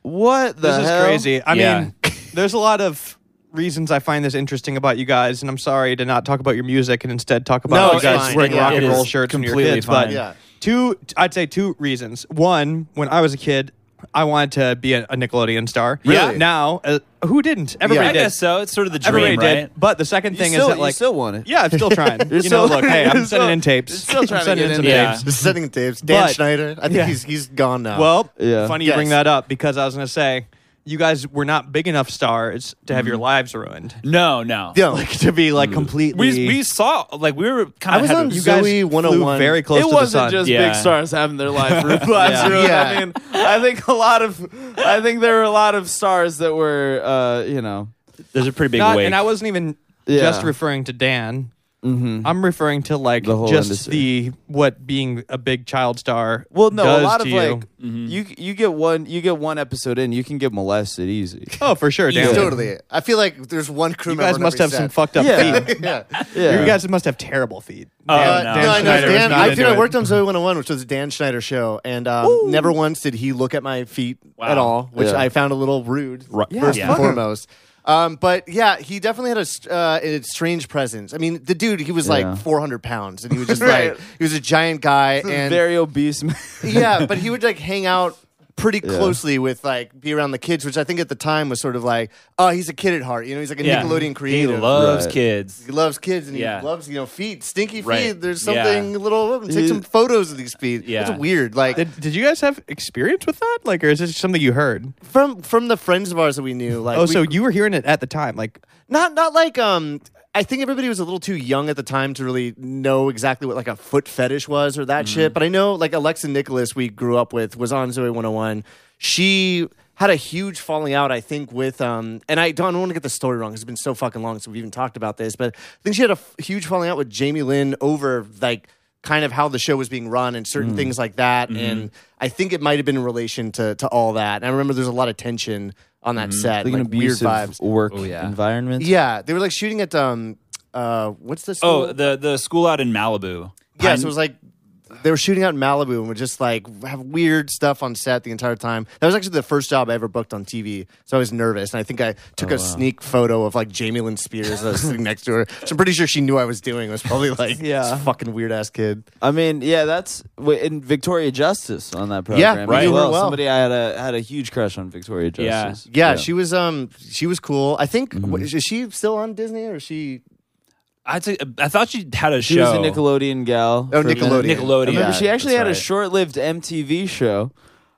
S3: What the
S1: This is
S3: hell?
S1: crazy. I
S4: Yeah.
S1: mean, there's a lot of reasons I find this interesting about you guys, and I'm sorry to not talk about your music and instead talk about
S2: No,
S1: you
S2: it's
S1: guys
S2: fine.
S1: wearing
S2: Yeah.
S1: rock and
S4: It
S1: roll
S4: is
S1: shirts when you were
S4: completely
S1: kids,
S4: fine.
S1: but
S2: Yeah.
S1: two, I'd say two reasons. One, when I was a kid, I wanted to be a, a Nickelodeon star.
S2: Really? Yeah.
S1: Now, uh, who didn't? Everybody
S4: I
S1: did.
S4: guess so. It's sort of the dream,
S1: Everybody
S4: right?
S1: did. But the second
S3: You
S1: thing
S3: still-
S1: is that
S3: you
S1: like
S3: still want it.
S1: Yeah, I'm still trying. you
S3: still-
S1: know, look, hey,
S3: you're
S1: I'm
S3: still-
S1: sending in tapes.
S3: you're still trying
S1: I'm
S3: to
S1: sending
S3: get
S1: in
S3: in
S1: tapes.
S4: there. Yeah.
S2: Just sending tapes. Dan
S1: But-
S2: Schneider. I think
S1: Yeah.
S2: he's he's gone now.
S1: Well,
S3: Yeah.
S1: funny you bring
S2: Yes.
S1: that up because I was going to say you guys were not big enough stars to
S3: Mm-hmm.
S1: have your lives ruined.
S4: No, no.
S2: yeah,
S1: Like to be like completely.
S4: We, we saw like we were kind
S2: I was
S4: of
S2: on
S1: you
S2: Zoe
S1: guys flew
S2: 101.
S1: very close to
S3: It
S1: the sun.
S3: wasn't just
S4: Yeah.
S3: big stars having their life ruined. lives
S1: Yeah.
S3: ruined.
S2: Yeah.
S3: I mean, I think a lot of, I think there were a lot of stars that were, uh, you know,
S4: there's a pretty big
S1: Not-
S4: wave.
S1: and I wasn't even
S3: Yeah. Mm-hmm.
S1: just referring to Dan. I'm referring to like
S3: The whole
S1: just
S3: industry.
S1: the what being a big child star.
S3: Well, no,
S1: does
S3: a lot of
S1: to you.
S3: like you you get one you get one episode in, you can get molested easy.
S1: Oh, for sure, damn. it.
S2: Totally. I feel like there's one crew
S1: You
S2: member.
S1: guys
S2: on
S1: must
S2: every
S1: have some
S2: set.
S1: fucked up
S3: Yeah.
S1: feet.
S2: yeah.
S3: Yeah,
S1: You guys must have terrible feet.
S4: Oh,
S2: Uh,
S4: no.
S2: no, I know.
S4: Schneider was
S2: Dan,
S4: not
S2: I,
S4: into
S2: dude, I
S4: it.
S2: worked on Zoe 101, which was a Dan Schneider show, and um, never once did he look at my feet at all, which
S3: Yeah.
S2: I found a little rude,
S4: Right. Yeah,
S2: first and
S4: fuck him.
S2: foremost. Um, but yeah, he definitely had a, st- uh, a strange presence. I mean, the dude, he was
S3: Yeah.
S2: like 400 pounds, and he was just
S3: Right.
S2: like, he was a giant guy, and
S3: very obese. man.
S2: yeah, but he would like hang out pretty closely with like be around the kids, which I think at the time was sort of like, oh, he's a kid at heart. You know, he's like a
S4: Yeah.
S2: Nickelodeon creator.
S4: He loves
S3: Right.
S4: kids.
S2: He loves kids and
S4: Yeah.
S2: he loves you know feet, stinky feet.
S4: Right.
S2: There's
S4: Yeah.
S2: something a little. Take some photos of these feet.
S4: Yeah.
S2: it's weird. Like
S1: Did, did you guys have experience with that? Like, or is this something you heard?
S2: from from the friends of ours that we knew. Like
S1: Oh,
S2: we-
S1: so you were hearing it at the time. Like,
S2: not not like um. I think everybody was a little too young at the time to really know exactly what like a foot fetish was or
S3: Mm-hmm.
S2: that shit. But I know like Alexa Nicholas, we grew up with, was on Zoe 101. She had a huge falling out, I think, with um. And I don't, I don't want to get the story wrong. 'cause It's been so fucking long since we've even talked about this. But I think she had a f- huge falling out with Jamie Lynn over like kind of how the show was being run and
S3: Mm.
S2: certain things like that.
S3: Mm-hmm.
S2: And I think it might have been in relation to to all that. And I remember there's a lot of tension on that set,
S3: Mm-hmm. like an
S2: and, like weird
S3: abusive
S2: vibes.
S3: work
S4: Oh, yeah.
S3: environment.
S2: Yeah, they were like shooting at um, uh, what's this?
S4: Oh, the the school out in Malibu.
S2: yes,
S4: Pine-
S2: it was like they were shooting out in Malibu and would just like have weird stuff on set the entire time. That was actually the first job I ever booked on TV, so I was nervous, and I think I took a sneak photo of like Jamie Lynn Spears as I was sitting next to her. So I'm pretty sure she knew I was doing. I was probably like,
S1: Yeah.
S2: this fucking weird ass kid.
S3: I mean, yeah, that's w- in Victoria Justice on that program. as
S4: right.
S3: Well,
S2: Well.
S3: somebody I had a had a huge crush on Victoria
S4: Yeah.
S3: Justice.
S2: Yeah, she was um, she was cool. I think wh- is she still on Disney or is she?
S4: I, t- I thought she had a
S3: She
S4: show.
S3: was a Nickelodeon gal.
S2: Oh,
S3: for a minute.
S2: Nickelodeon.
S4: Nickelodeon.
S3: I remember
S4: Yeah,
S3: she actually
S4: that's
S3: had a
S4: right.
S3: short-lived MTV show.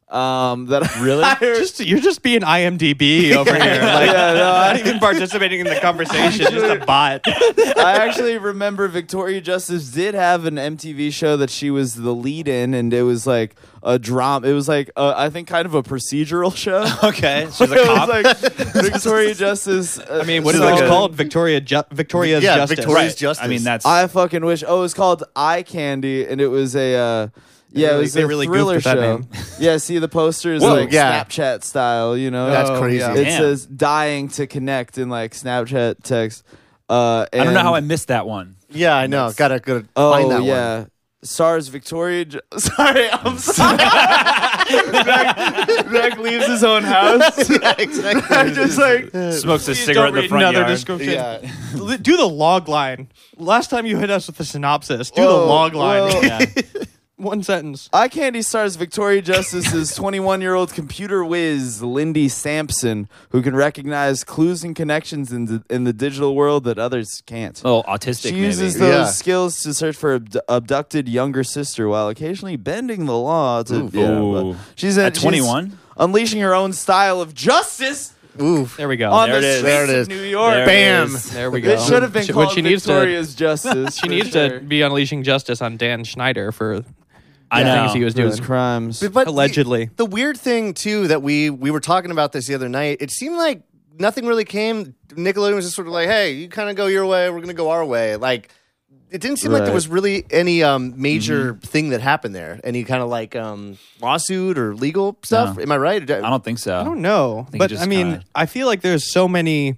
S3: Um, that I
S4: Really?
S3: hired-
S1: just you're just being IMDb over here. Like, not even participating in the conversation. just a bot.
S3: I actually remember Victoria Justice did have an MTV show that she was the lead in, and it was like a drama. It was like uh, I think kind of a procedural show.
S1: Okay, she's
S3: it was like Victoria Justice. uh,
S1: I mean, what is
S3: so-
S1: it called? Victoria, Ju- Victoria's
S2: Yeah,
S1: Justice.
S2: Victoria- Victoria's
S4: Right.
S2: Justice.
S4: I mean, that's
S3: I fucking wish. Oh, it was called Eye Candy, and it was a. Uh, yeah,
S1: really-
S3: it was
S1: they
S3: a
S1: really goofed
S3: thriller
S1: with that
S3: show.
S1: name.
S3: yeah, see the poster is
S2: Whoa,
S3: like
S2: yeah.
S3: Snapchat style, you know.
S2: That's
S1: Oh,
S2: crazy.
S1: yeah.
S3: It
S4: Damn.
S3: says "dying to connect" in like Snapchat text. Uh,
S4: I don't know how I
S3: and-
S4: missed that one.
S2: Yeah, I know. Gotta gotta
S3: Oh
S2: find that one.
S3: yeah, stars Victoria. Ju- sorry, I'm sorry. Zach, Zach leaves his own house.
S2: yeah, exactly.
S3: I'm just like
S4: Smokes a
S1: Please don't
S4: cigarette in the
S1: read
S4: front
S1: another
S4: yard.
S1: description.
S2: Yeah.
S1: Li- Do the log line. Last time you hit us with the synopsis. Do the
S3: Whoa,
S1: log line.
S3: whoa.
S4: Yeah.
S1: One sentence.
S3: Eye Candy stars Victoria Justice's 21 year old computer whiz, Lindy Sampson, who can recognize clues and connections in the, in the digital world that others can't.
S4: Oh, autistic.
S3: She uses
S4: maybe.
S3: those
S2: Yeah.
S3: skills to search for abd- abducted younger sister while occasionally bending the law. To, yeah, but
S4: Ooh.
S3: she's a-
S4: At 21?
S3: she's unleashing her own style of justice
S2: Oof.
S1: Oh, There we go.
S3: on
S4: There
S3: the
S4: it is.
S3: streets
S2: There it is.
S3: of New York.
S4: There it
S2: Bam.
S4: is.
S1: there we go.
S3: It should have been
S1: She-
S3: called
S1: what she needs to.
S3: Victoria's Justice.
S1: She needs to be unleashing justice on Dan Schneider for
S4: I
S1: the
S4: know.
S1: things he was
S3: do
S1: doing.
S3: his crimes.
S2: But the-
S1: Allegedly.
S2: the, weird thing too that we we were talking about this the other night. It seemed like nothing really came. Nickelodeon was just sort of like, "Hey, you kind of go your way, we're gonna go our way." Like, it didn't seem like
S3: Right.
S2: there was really any um, major thing that happened there. Any kind of like um, lawsuit or legal stuff.
S4: No.
S2: Am I right?
S4: I don't think so.
S1: I don't know,
S4: think it
S1: but
S4: just
S1: I mean,
S4: kinda-
S1: I feel like there's so many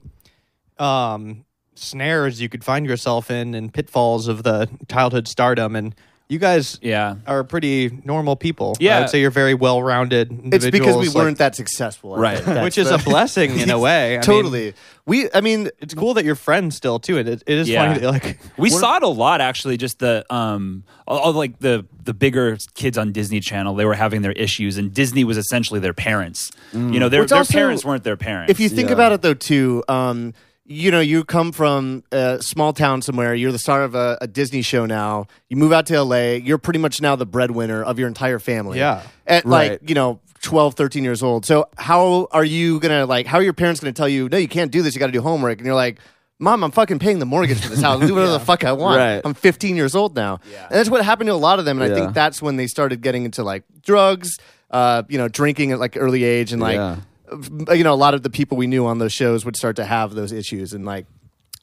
S1: um, snares you could find yourself in and pitfalls of the childhood stardom, and you guys
S4: Yeah.
S1: are pretty normal people.
S4: Yeah.
S1: I'd say you're very well-rounded individuals.
S2: it's because we
S1: like-
S2: weren't that successful, I
S4: Right.
S2: think. That's
S1: which is
S2: the-
S1: a blessing in a way. I mean,
S2: totally. we, I mean,
S1: it's cool that you're friends still too, and it, it is
S4: Yeah.
S1: funny that like
S4: We saw it a lot, actually. Just the um, all, all, like the the bigger kids on Disney Channel, they were having their issues, and Disney was essentially their parents. You know, their,
S2: Mm. Which
S4: their
S2: also-
S4: parents weren't their parents.
S2: If you think
S3: Yeah.
S2: about it, though, too, um, you know, you come from a small town somewhere. You're the star of a, a Disney show now. You move out to LA. You're pretty much now the breadwinner of your entire family.
S1: Yeah.
S2: At
S3: Right.
S2: like, you know, 12, 13 years old. So how are you going to, like, how are your parents going to tell you, no, you can't do this. You got to do homework. And you're like, Mom, I'm fucking paying the mortgage for this house. I'll do whatever the fuck I want.
S3: Right.
S2: I'm 15 years old now. And that's what happened to a lot of them. And I
S3: Yeah.
S2: think that's when they started getting into like drugs, uh, you know, drinking at like early age and like
S3: Yeah.
S2: Uh, you know, a lot of the people we knew on those shows would start to have those issues and like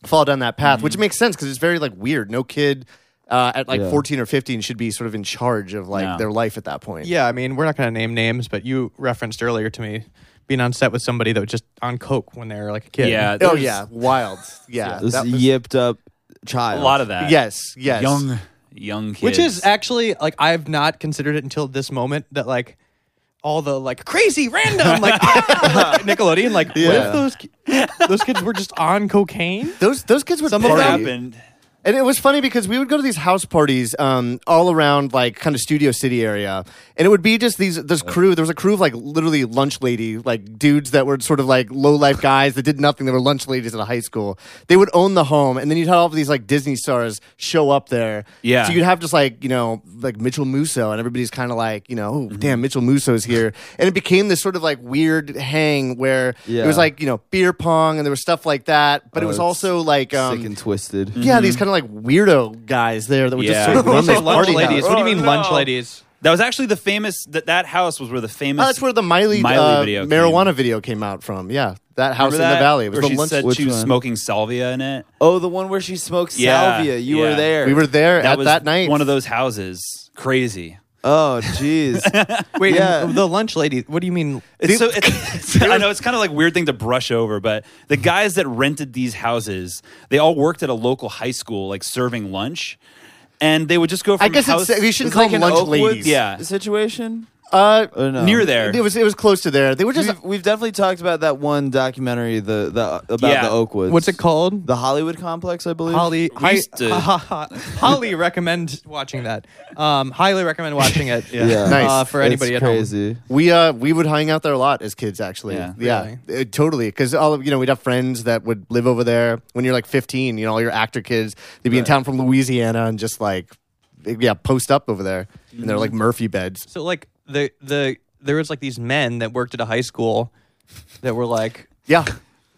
S2: fall down that path,
S1: Mm-hmm.
S2: which makes sense because it's very like weird. No kid uh, at like
S3: Yeah.
S2: 14 or 15 should be sort of in charge of like
S4: No.
S2: their life at that point.
S1: Yeah, I mean, we're not going to name names, but you referenced earlier to me being on set with somebody that was just on coke when they were like a kid.
S4: Yeah.
S2: Oh
S4: there's
S2: yeah, wild. Yeah.
S3: This
S2: that was-
S3: yipped up child.
S4: A lot of that.
S2: yes. Yes.
S4: Young, young kids.
S1: Which is actually like I've not considered it until this moment that like all the like crazy random like Nickelodeon like what
S3: Yeah.
S1: if those ki- those kids were just on cocaine?
S2: Those those kids would
S1: Some of
S4: It
S2: party.
S1: them-
S4: happened.
S2: And it was funny because we would go to these house parties um, all around like kind of studio city area, and it would be just these this crew. There was a crew of like literally lunch lady like dudes that were sort of like low life guys that did nothing. They were lunch ladies at a high school. They would own the home, and then you'd have all of these like Disney stars show up there.
S4: Yeah.
S2: so you'd have just like you know like Mitchell Musso, and everybody's kind of like you know oh,
S3: Mm-hmm.
S2: damn Mitchell Musso's here, and it became this sort of like weird hang where it
S3: Yeah.
S2: was like you know beer pong and there was stuff like that, but it
S3: Oh,
S2: was
S3: it's
S2: also like um,
S3: Sick and twisted.
S2: yeah, these kind of like weirdo guys there that would
S4: Mm-hmm. Yeah.
S2: just sort of
S1: When you
S2: run
S1: say
S2: this
S1: lunch
S2: party
S1: ladies,
S2: house.
S1: what do you
S4: Oh,
S1: mean
S4: no.
S1: lunch ladies?
S4: That was actually the famous. That that house was where the famous.
S2: Oh, that's where the Miley,
S4: Miley
S2: uh,
S4: video
S2: marijuana
S4: came.
S2: video came out from. Yeah, that house
S4: Remember
S2: in
S4: that?
S2: the valley. It was the
S4: where she
S2: lunch.
S4: said
S3: Which
S4: she was
S3: one?
S4: smoking salvia in it.
S3: Oh, the one where she smokes
S4: Yeah,
S3: salvia. You
S4: yeah.
S3: were there.
S2: we were there
S4: that
S2: at
S4: was
S2: that night.
S4: One of those houses. Crazy.
S3: Oh, jeez.
S1: Wait,
S3: Yeah.
S1: the lunch lady. What do you mean?
S4: It's so it's, I know it's kind of like weird thing to brush over, but the guys that rented these houses, they all worked at a local high school, like serving lunch, and they would just go from
S2: I guess
S4: house
S2: it's, you shouldn't
S3: It's
S2: call
S3: like
S2: them
S3: an
S2: lunch
S3: Oakwood
S2: ladies.
S4: Yeah.
S3: situation.
S2: uh,
S3: Or no?
S4: near there.
S2: it was it was close to there. They were just
S3: We've, we've definitely talked about that one documentary, the the about
S4: Yeah.
S3: the Oakwoods.
S1: What's it called?
S3: The Hollywood Complex, I believe.
S1: Holly,
S4: We
S1: hi,
S4: used to-
S2: uh-huh,
S1: Holly recommend watching that. Um, highly recommend watching it.
S3: Yeah.
S2: Nice.
S1: uh, for
S3: It's
S1: anybody at home.
S3: crazy.
S2: We uh we would hang out there a lot as kids actually.
S4: Yeah.
S2: Yeah, Uh, totally. Because all of, you know we'd have friends that would live over there. When you're like 15, you know all your actor kids they'd be in town from Louisiana and just like yeah post up over there and they're like
S4: Mm-hmm.
S2: Murphy beds.
S1: So like the the there was like these men that worked at a high school that were like,
S2: Yeah.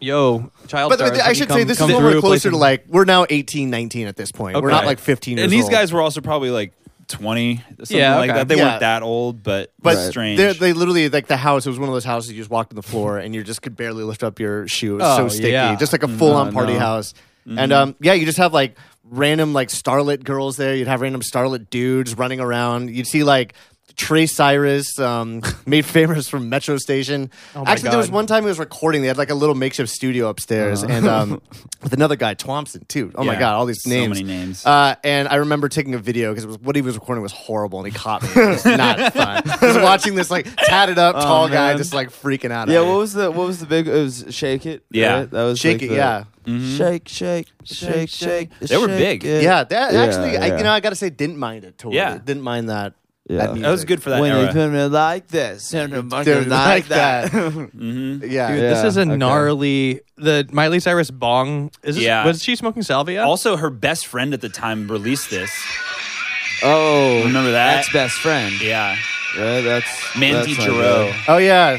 S1: "Yo, child."
S2: But
S1: stars,
S2: I
S1: have you
S2: should
S1: come-
S2: say this is
S1: come
S2: when we're
S1: through, play
S2: closer to
S1: some-"
S2: like we're now 18, 19 at this point. We're
S1: Okay.
S2: not like 15 years
S4: and these
S2: old.
S4: guys were also probably like twenty, something
S1: Yeah,
S4: like
S1: okay.
S4: that. They
S2: Yeah.
S4: weren't that old, but
S2: But
S4: but strange.
S2: they're- they literally like the house. It was one of those houses you just walked on the floor and you just could barely lift up your shoe. It was
S1: Oh,
S2: so sticky,
S1: yeah.
S2: just like a full on
S3: No,
S2: party
S3: no.
S2: house. And um, yeah, you just have like random like starlet girls there. You'd have random starlet dudes running around. You'd see like Trey Cyrus, um, made famous from Metro Station.
S1: my
S2: Actually, there was
S1: God.
S2: one time he was recording. They had like a little makeshift studio upstairs, and um, with another guy, Thompson too. Oh my
S4: Yeah.
S2: God, all these
S4: So
S2: names.
S4: many names.
S2: Uh, and I remember taking a video because what he was recording was horrible, and he caught me. It was not fun. I was watching this like tatted up tall guy
S3: Oh, man.
S2: just like freaking out.
S3: Yeah,
S2: at me.
S3: what was the what was the big? It was shake it.
S4: Yeah. Mm-hmm.
S3: right? that was
S2: Shake
S3: like
S2: It,
S3: the-
S2: yeah.
S3: Shake, shake, shake, shake.
S4: They were
S3: shake
S4: big.
S3: it.
S2: yeah, that
S3: Yeah,
S2: actually, I,
S3: yeah.
S2: you know, I gotta say, didn't mind it totally.
S4: Yeah.
S2: didn't mind that.
S3: Yeah.
S2: that
S3: That
S4: that was
S2: music.
S4: good for that
S3: when
S4: era.
S3: they put me like this, and they put me
S2: Dude,
S3: like that.
S2: Mm-hmm. Yeah,
S1: Dude, this
S3: Yeah,
S1: is a
S3: okay.
S1: gnarly. The Miley Cyrus bong. Is this,
S4: Yeah.
S1: Was she smoking salvia?
S4: Also, her best friend at the time released this.
S3: Oh,
S4: Remember that?
S3: That's best friend.
S4: Yeah,
S3: Yeah, that's
S4: Mandy
S3: that's not
S4: Giroux.
S3: good.
S2: Oh yeah.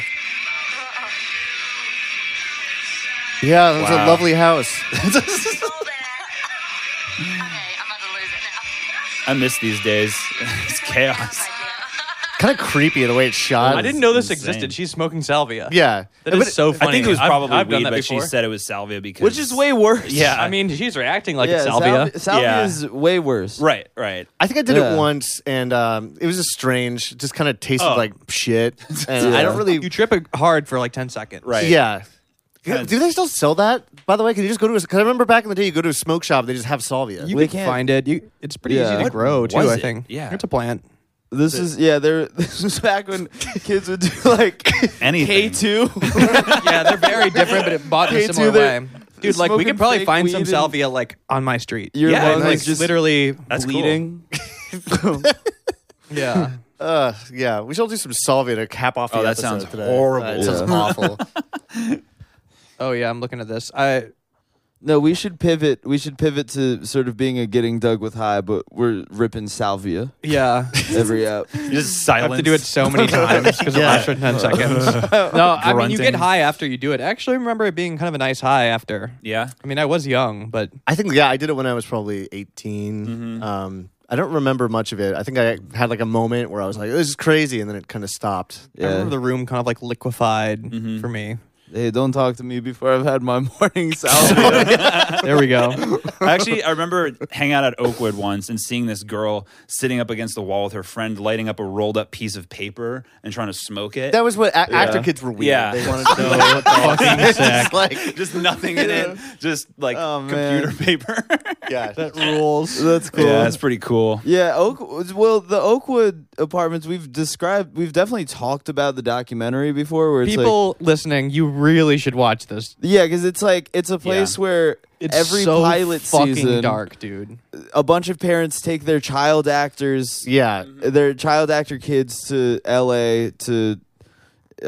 S2: Yeah, it was a
S4: Wow.
S2: lovely house.
S5: Hold it. Okay, I'm about to lose it now.
S4: I miss these days. it's chaos.
S2: kind of creepy the way it's shot.
S1: I didn't know this
S4: Insane.
S1: existed. She's smoking salvia.
S2: Yeah,
S1: that is
S2: But-
S1: so funny.
S4: I think it was
S1: I've-
S4: probably
S1: I've, done
S4: weed,
S1: that
S4: but
S1: before.
S4: she said it was salvia because
S3: which is way worse.
S4: Yeah.
S1: I mean, she's reacting like
S3: yeah,
S1: it's salvia.
S3: salvi- salvia
S4: Yeah.
S3: is way worse.
S4: right, right.
S2: I think I did
S3: Yeah.
S2: it once, and um, it was just strange. Just kind of tasted
S4: Oh.
S2: like shit, and I don't really.
S1: you trip it hard for like ten seconds.
S4: Right.
S2: Yeah.
S4: Kinda-
S2: Do they still sell that? By the way, can you just go to? Because I remember back in the day, you go to a smoke shop, they just have salvia.
S1: You
S3: We
S1: can
S3: can't-
S1: find it. You, it's pretty
S3: Yeah.
S1: easy to
S3: What
S1: grow too.
S4: was
S1: I
S4: it?
S1: think.
S4: Yeah.
S1: it's a plant.
S3: This is yeah. There. This was back when kids would do like K
S4: Anything.
S3: two.
S1: yeah, they're very different, but it bought in
S3: Hey,
S1: a similar
S3: dude,
S1: way.
S3: they're
S1: Dude, like we
S3: smoking
S1: could probably
S3: fake
S1: find
S3: weed
S1: some
S3: and-
S1: salvia like on my street.
S3: Your
S4: Yeah,
S3: lungs
S1: like
S4: nice.
S3: just
S1: literally.
S4: That's cool.
S3: bleeding.
S1: Yeah.
S2: Uh, yeah, we should all do some salvia to cap off. The
S4: Oh, that
S2: episode
S4: sounds
S2: today.
S4: horrible.
S2: Uh, it sounds
S3: Yeah.
S2: awful.
S1: Oh yeah, I'm looking at this. I
S3: No, we should pivot. We should pivot to sort of being a getting dug with high, but we're ripping salvia
S1: yeah.
S3: every app.
S4: You Just
S1: I
S4: silence.
S1: have to do it so many times because it lasts for 10 seconds. No, I mean, you
S4: Grunting.
S1: get high after you do it. I actually remember it being kind of a nice high after.
S4: Yeah.
S1: I mean, I was young, but
S2: I think yeah, I did it when I was probably 18
S4: Mm-hmm.
S2: Um, I don't remember much of it. I think I had like a moment where I was like, "This is crazy," and then it kind of stopped.
S1: I
S3: Yeah.
S1: Mm-hmm. remember the room kind of like liquefied for me.
S3: Hey, don't talk to me before I've had my morning salvia.
S1: There we go.
S4: I actually I remember hanging out at Oakwood once and seeing this girl sitting up against the wall with her friend lighting up a rolled up piece of paper and trying to smoke it.
S2: That was what a- actor kids were weird.
S4: Yeah.
S2: They wanted to know what the
S1: Fucking sick.
S2: It's like,
S4: just nothing in it, just like
S3: Oh, man.
S4: computer paper.
S2: yeah.
S1: That rules.
S3: That's cool.
S4: Yeah, that's pretty cool.
S3: Yeah, Oak. Well, the Oakwood apartments we've described, we've definitely talked about the documentary before. Where it's like,
S1: People listening, you really should watch this.
S3: yeah, because it's like it's a place
S4: Yeah.
S3: where
S1: It's
S3: every
S1: so
S3: pilot
S1: fucking
S3: season,
S1: dark, dude.
S3: a bunch of parents take their child actors,
S2: yeah.
S3: their child actor kids to L.A. to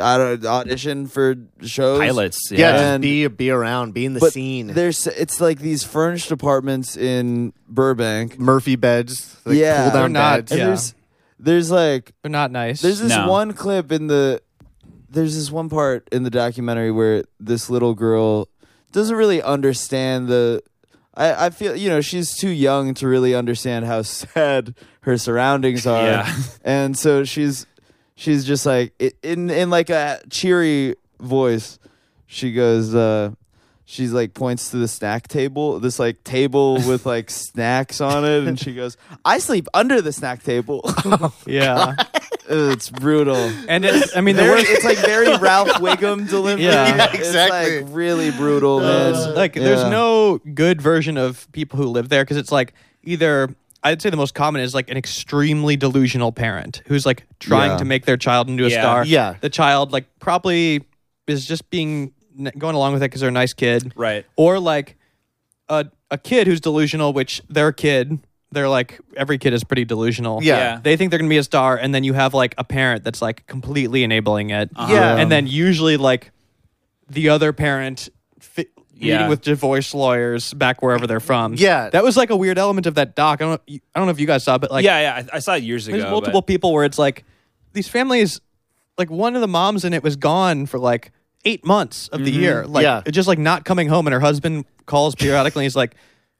S3: I don't audition for shows.
S4: Pilots.
S2: Yeah,
S4: Yeah.
S2: just
S3: And-
S2: be, be around, be in the
S3: But
S2: scene.
S3: there's it's like these furnished apartments in Burbank.
S2: Murphy beds, like
S3: Yeah.
S2: cool
S3: They're
S2: down
S1: not-
S2: beds.
S3: And
S1: Yeah.
S3: there's there's like
S1: They're not nice.
S3: There's this
S4: No.
S3: one clip in the there's this one part in the documentary where this little girl doesn't really understand the I, I feel you know she's too young to really understand how sad her surroundings are
S4: Yeah.
S3: and so she's she's just like i- in in like a cheery voice she goes uh she's like points to the snack table this like table with like snacks on it and she goes i sleep under the snack table
S1: yeah,
S3: it's brutal
S1: and it's, I mean the
S3: very,
S1: worst.
S3: it's like very Ralph Wiggum delivery.
S1: Yeah. Yeah,
S2: exactly. Uh,
S3: It's like really brutal, man.
S1: It's like there's
S3: Yeah.
S1: no good version of people who live there because it's like either I'd say the most common is like an extremely delusional parent who's like trying
S3: Yeah.
S1: to make their child into a
S4: Yeah.
S1: star.
S2: Yeah.
S1: the child like probably is just being going along with it because they're a nice kid,
S4: Right.
S1: Or like a a kid who's delusional, which their kid. They're like every kid is pretty delusional.
S2: Yeah.
S4: Yeah.
S1: they think they're gonna be a star, and then you have like a parent that's like completely enabling it.
S2: Yeah.
S1: and then usually like the other parent fi-
S4: Yeah.
S1: meeting with divorce lawyers back wherever they're from.
S2: Yeah.
S1: that was like a weird element of that doc. I don't, I don't know if you guys saw, but like,
S4: yeah, yeah. I, I saw it years ago.
S1: there's
S4: but-
S1: multiple people where it's like these families, like one of the moms in it was gone for like eight months of
S4: Mm-hmm.
S1: the year, like
S2: Yeah.
S1: just like not coming home, and her husband calls periodically. and He's like,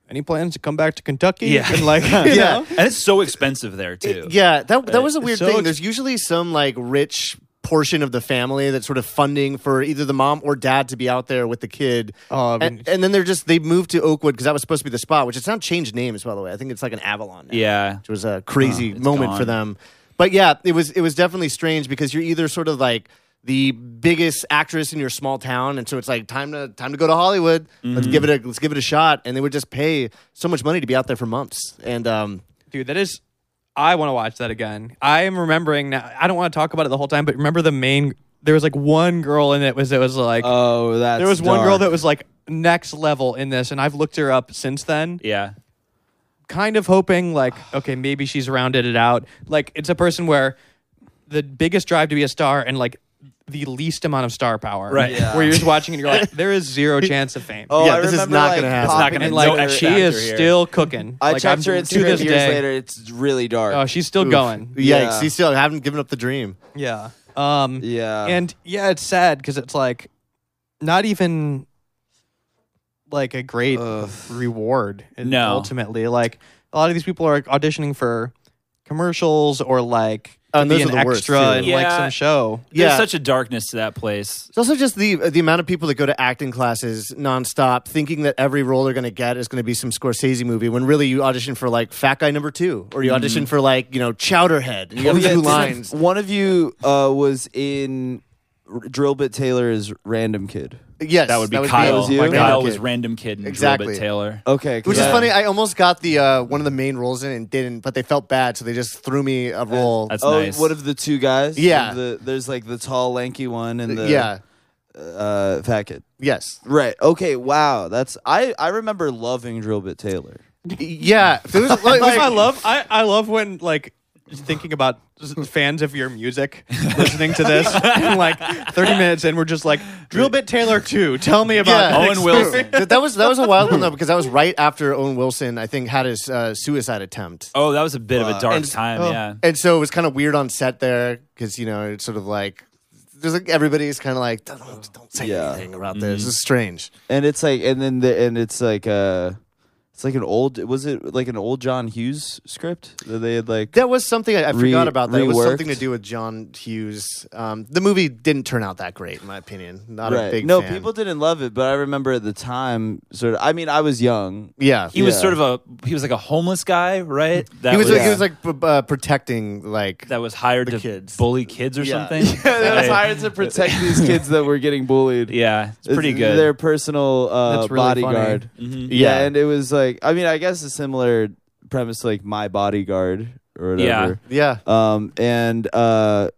S1: "Any plans to come back to Kentucky?"
S4: Yeah.
S1: and like, you
S2: Yeah.
S1: know?
S4: and it's so expensive there too.
S2: Yeah, that that was a weird
S1: Uh, so
S2: thing.
S1: ex-
S2: There's usually some like rich portion of the family that's sort of funding for either the mom or dad to be out there with the kid.
S1: Oh, I mean-
S2: and, and then they're just they moved to Oakwood because that was supposed to be the spot, which it's now changed names by the way. I think it's like an Avalon. Now,
S4: Yeah.
S2: which was a crazy moment
S4: gone.
S2: for them. But yeah, it was it was definitely strange because you're either sort of like the biggest actress in your small town, and so it's like time to time to go to Hollywood. Let's
S1: Mm-hmm.
S2: give it a let's give it a shot, and they would just pay so much money to be out there for months. And um,
S1: dude that is i want to watch that again i am remembering now i don't want to talk about it the whole time but remember the main there was like one girl in it was it was like
S3: Oh, that's
S1: there was one
S3: dark.
S1: girl that was like next level in this and i've looked her up since then
S4: Yeah.
S1: kind of hoping like okay maybe she's rounded it out like it's a person where the biggest drive to be a star and like the least amount of star power
S4: Right. Yeah.
S1: where you're just watching and you're like there is zero chance of fame
S3: Oh,
S2: Yeah,
S3: I
S2: this is
S3: remember,
S2: not
S3: like,
S2: gonna happen. It's
S4: not
S3: popping
S4: gonna-
S3: in
S1: and like
S4: no
S3: her-
S4: ex
S1: she
S4: actor
S1: is
S4: here.
S1: still cooking
S3: I
S1: like,
S3: checked
S1: I'm- to
S3: her Instagram
S1: this
S3: years
S1: day,
S3: later. It's really dark.
S1: oh she's still going
S2: yikes,
S3: Yeah.
S2: you still haven't given up the dream.
S1: Yeah. Um
S2: Uh.
S3: Yeah.
S1: And yeah, it's sad because it's like not even like a great
S3: Ugh.
S1: reward. and
S4: No.
S1: Ultimately, like a lot of these people are auditioning for commercials or like to
S2: Oh, and
S1: be an
S2: those are the worst,
S1: extra
S2: too.
S1: in like
S4: Yeah.
S1: some show.
S2: Yeah.
S4: There's such a darkness to that place.
S2: It's also just the the amount of people that go to acting classes nonstop, thinking that every role they're going to get is going to be some Scorsese movie. When really you audition for like Fat Guy Number Two, or you
S4: Mm.
S2: audition for like you know Chowderhead, and you have
S3: Oh, yeah,
S2: two
S3: it's-
S2: lines.
S3: One of you uh, was in R- Drillbit Taylor's Random Kid.
S2: Yes,
S4: That would be
S3: That
S4: Kyle.
S3: was you?
S2: my
S3: Oh,
S4: Kyle
S2: favorite
S4: was
S2: kid.
S4: random kid and
S2: Exactly.
S4: Drillbit Taylor.
S3: Okay, 'cause
S2: Which is
S3: I-
S2: funny. I almost got the uh, one of the main roles in and didn't, but they felt bad, so they just threw me a role.
S4: That's
S3: Oh,
S4: nice.
S3: one of the two guys.
S2: Yeah.
S3: The, there's like the tall, lanky one, and the
S2: yeah.
S3: uh, fat kid.
S2: Yes.
S3: Right. Okay. Wow. That's I. I remember loving Drillbit Taylor.
S2: Yeah. There was-
S1: Like, I love I, I love when like just thinking about s- fans of your music listening to this and like 30 minutes and we're just like Drillbit Taylor 2 tell me about
S2: Yeah.
S1: that
S4: Owen
S1: experience."
S4: Wilson.
S2: that, that was that was a wild one though because that was right after Owen Wilson I think had his uh, suicide attempt
S4: Oh, that was a bit of a dark
S2: And-
S4: time. yeah.
S2: and so it was kind of weird on set there because you know it's sort of like there's like everybody's kind of like don't, don't say
S3: Yeah. Mm-hmm.
S2: anything about this. It's strange.
S3: And it's like, and then the, and it's like, uh, it's It's like an old. Was it like an old John Hughes script that they had like?
S2: That was something I, I forgot
S3: Re-
S2: about. That it was something
S3: reworked?
S2: to do with John Hughes. Um, the movie didn't turn out that great, in my opinion. Not a
S3: Right.
S2: big
S3: no,
S2: fan.
S3: people didn't love it, but I remember at the time, sort of. I mean, I was young.
S2: Yeah,
S4: He was
S3: Yeah.
S4: sort of a he was like a homeless guy, right? That
S2: he was, like,
S3: yeah.
S2: he was like p- uh, protecting like
S4: that was hired
S2: The
S4: to
S2: kids.
S4: bully kids or something.
S3: that was hired to protect these kids that were getting bullied.
S4: Yeah, it's pretty good.
S3: Their personal uh,
S1: That's really funny.
S3: bodyguard. Yeah. and it was like I mean, I guess a similar premise to like my bodyguard or whatever.
S2: yeah.
S3: Um, and uh,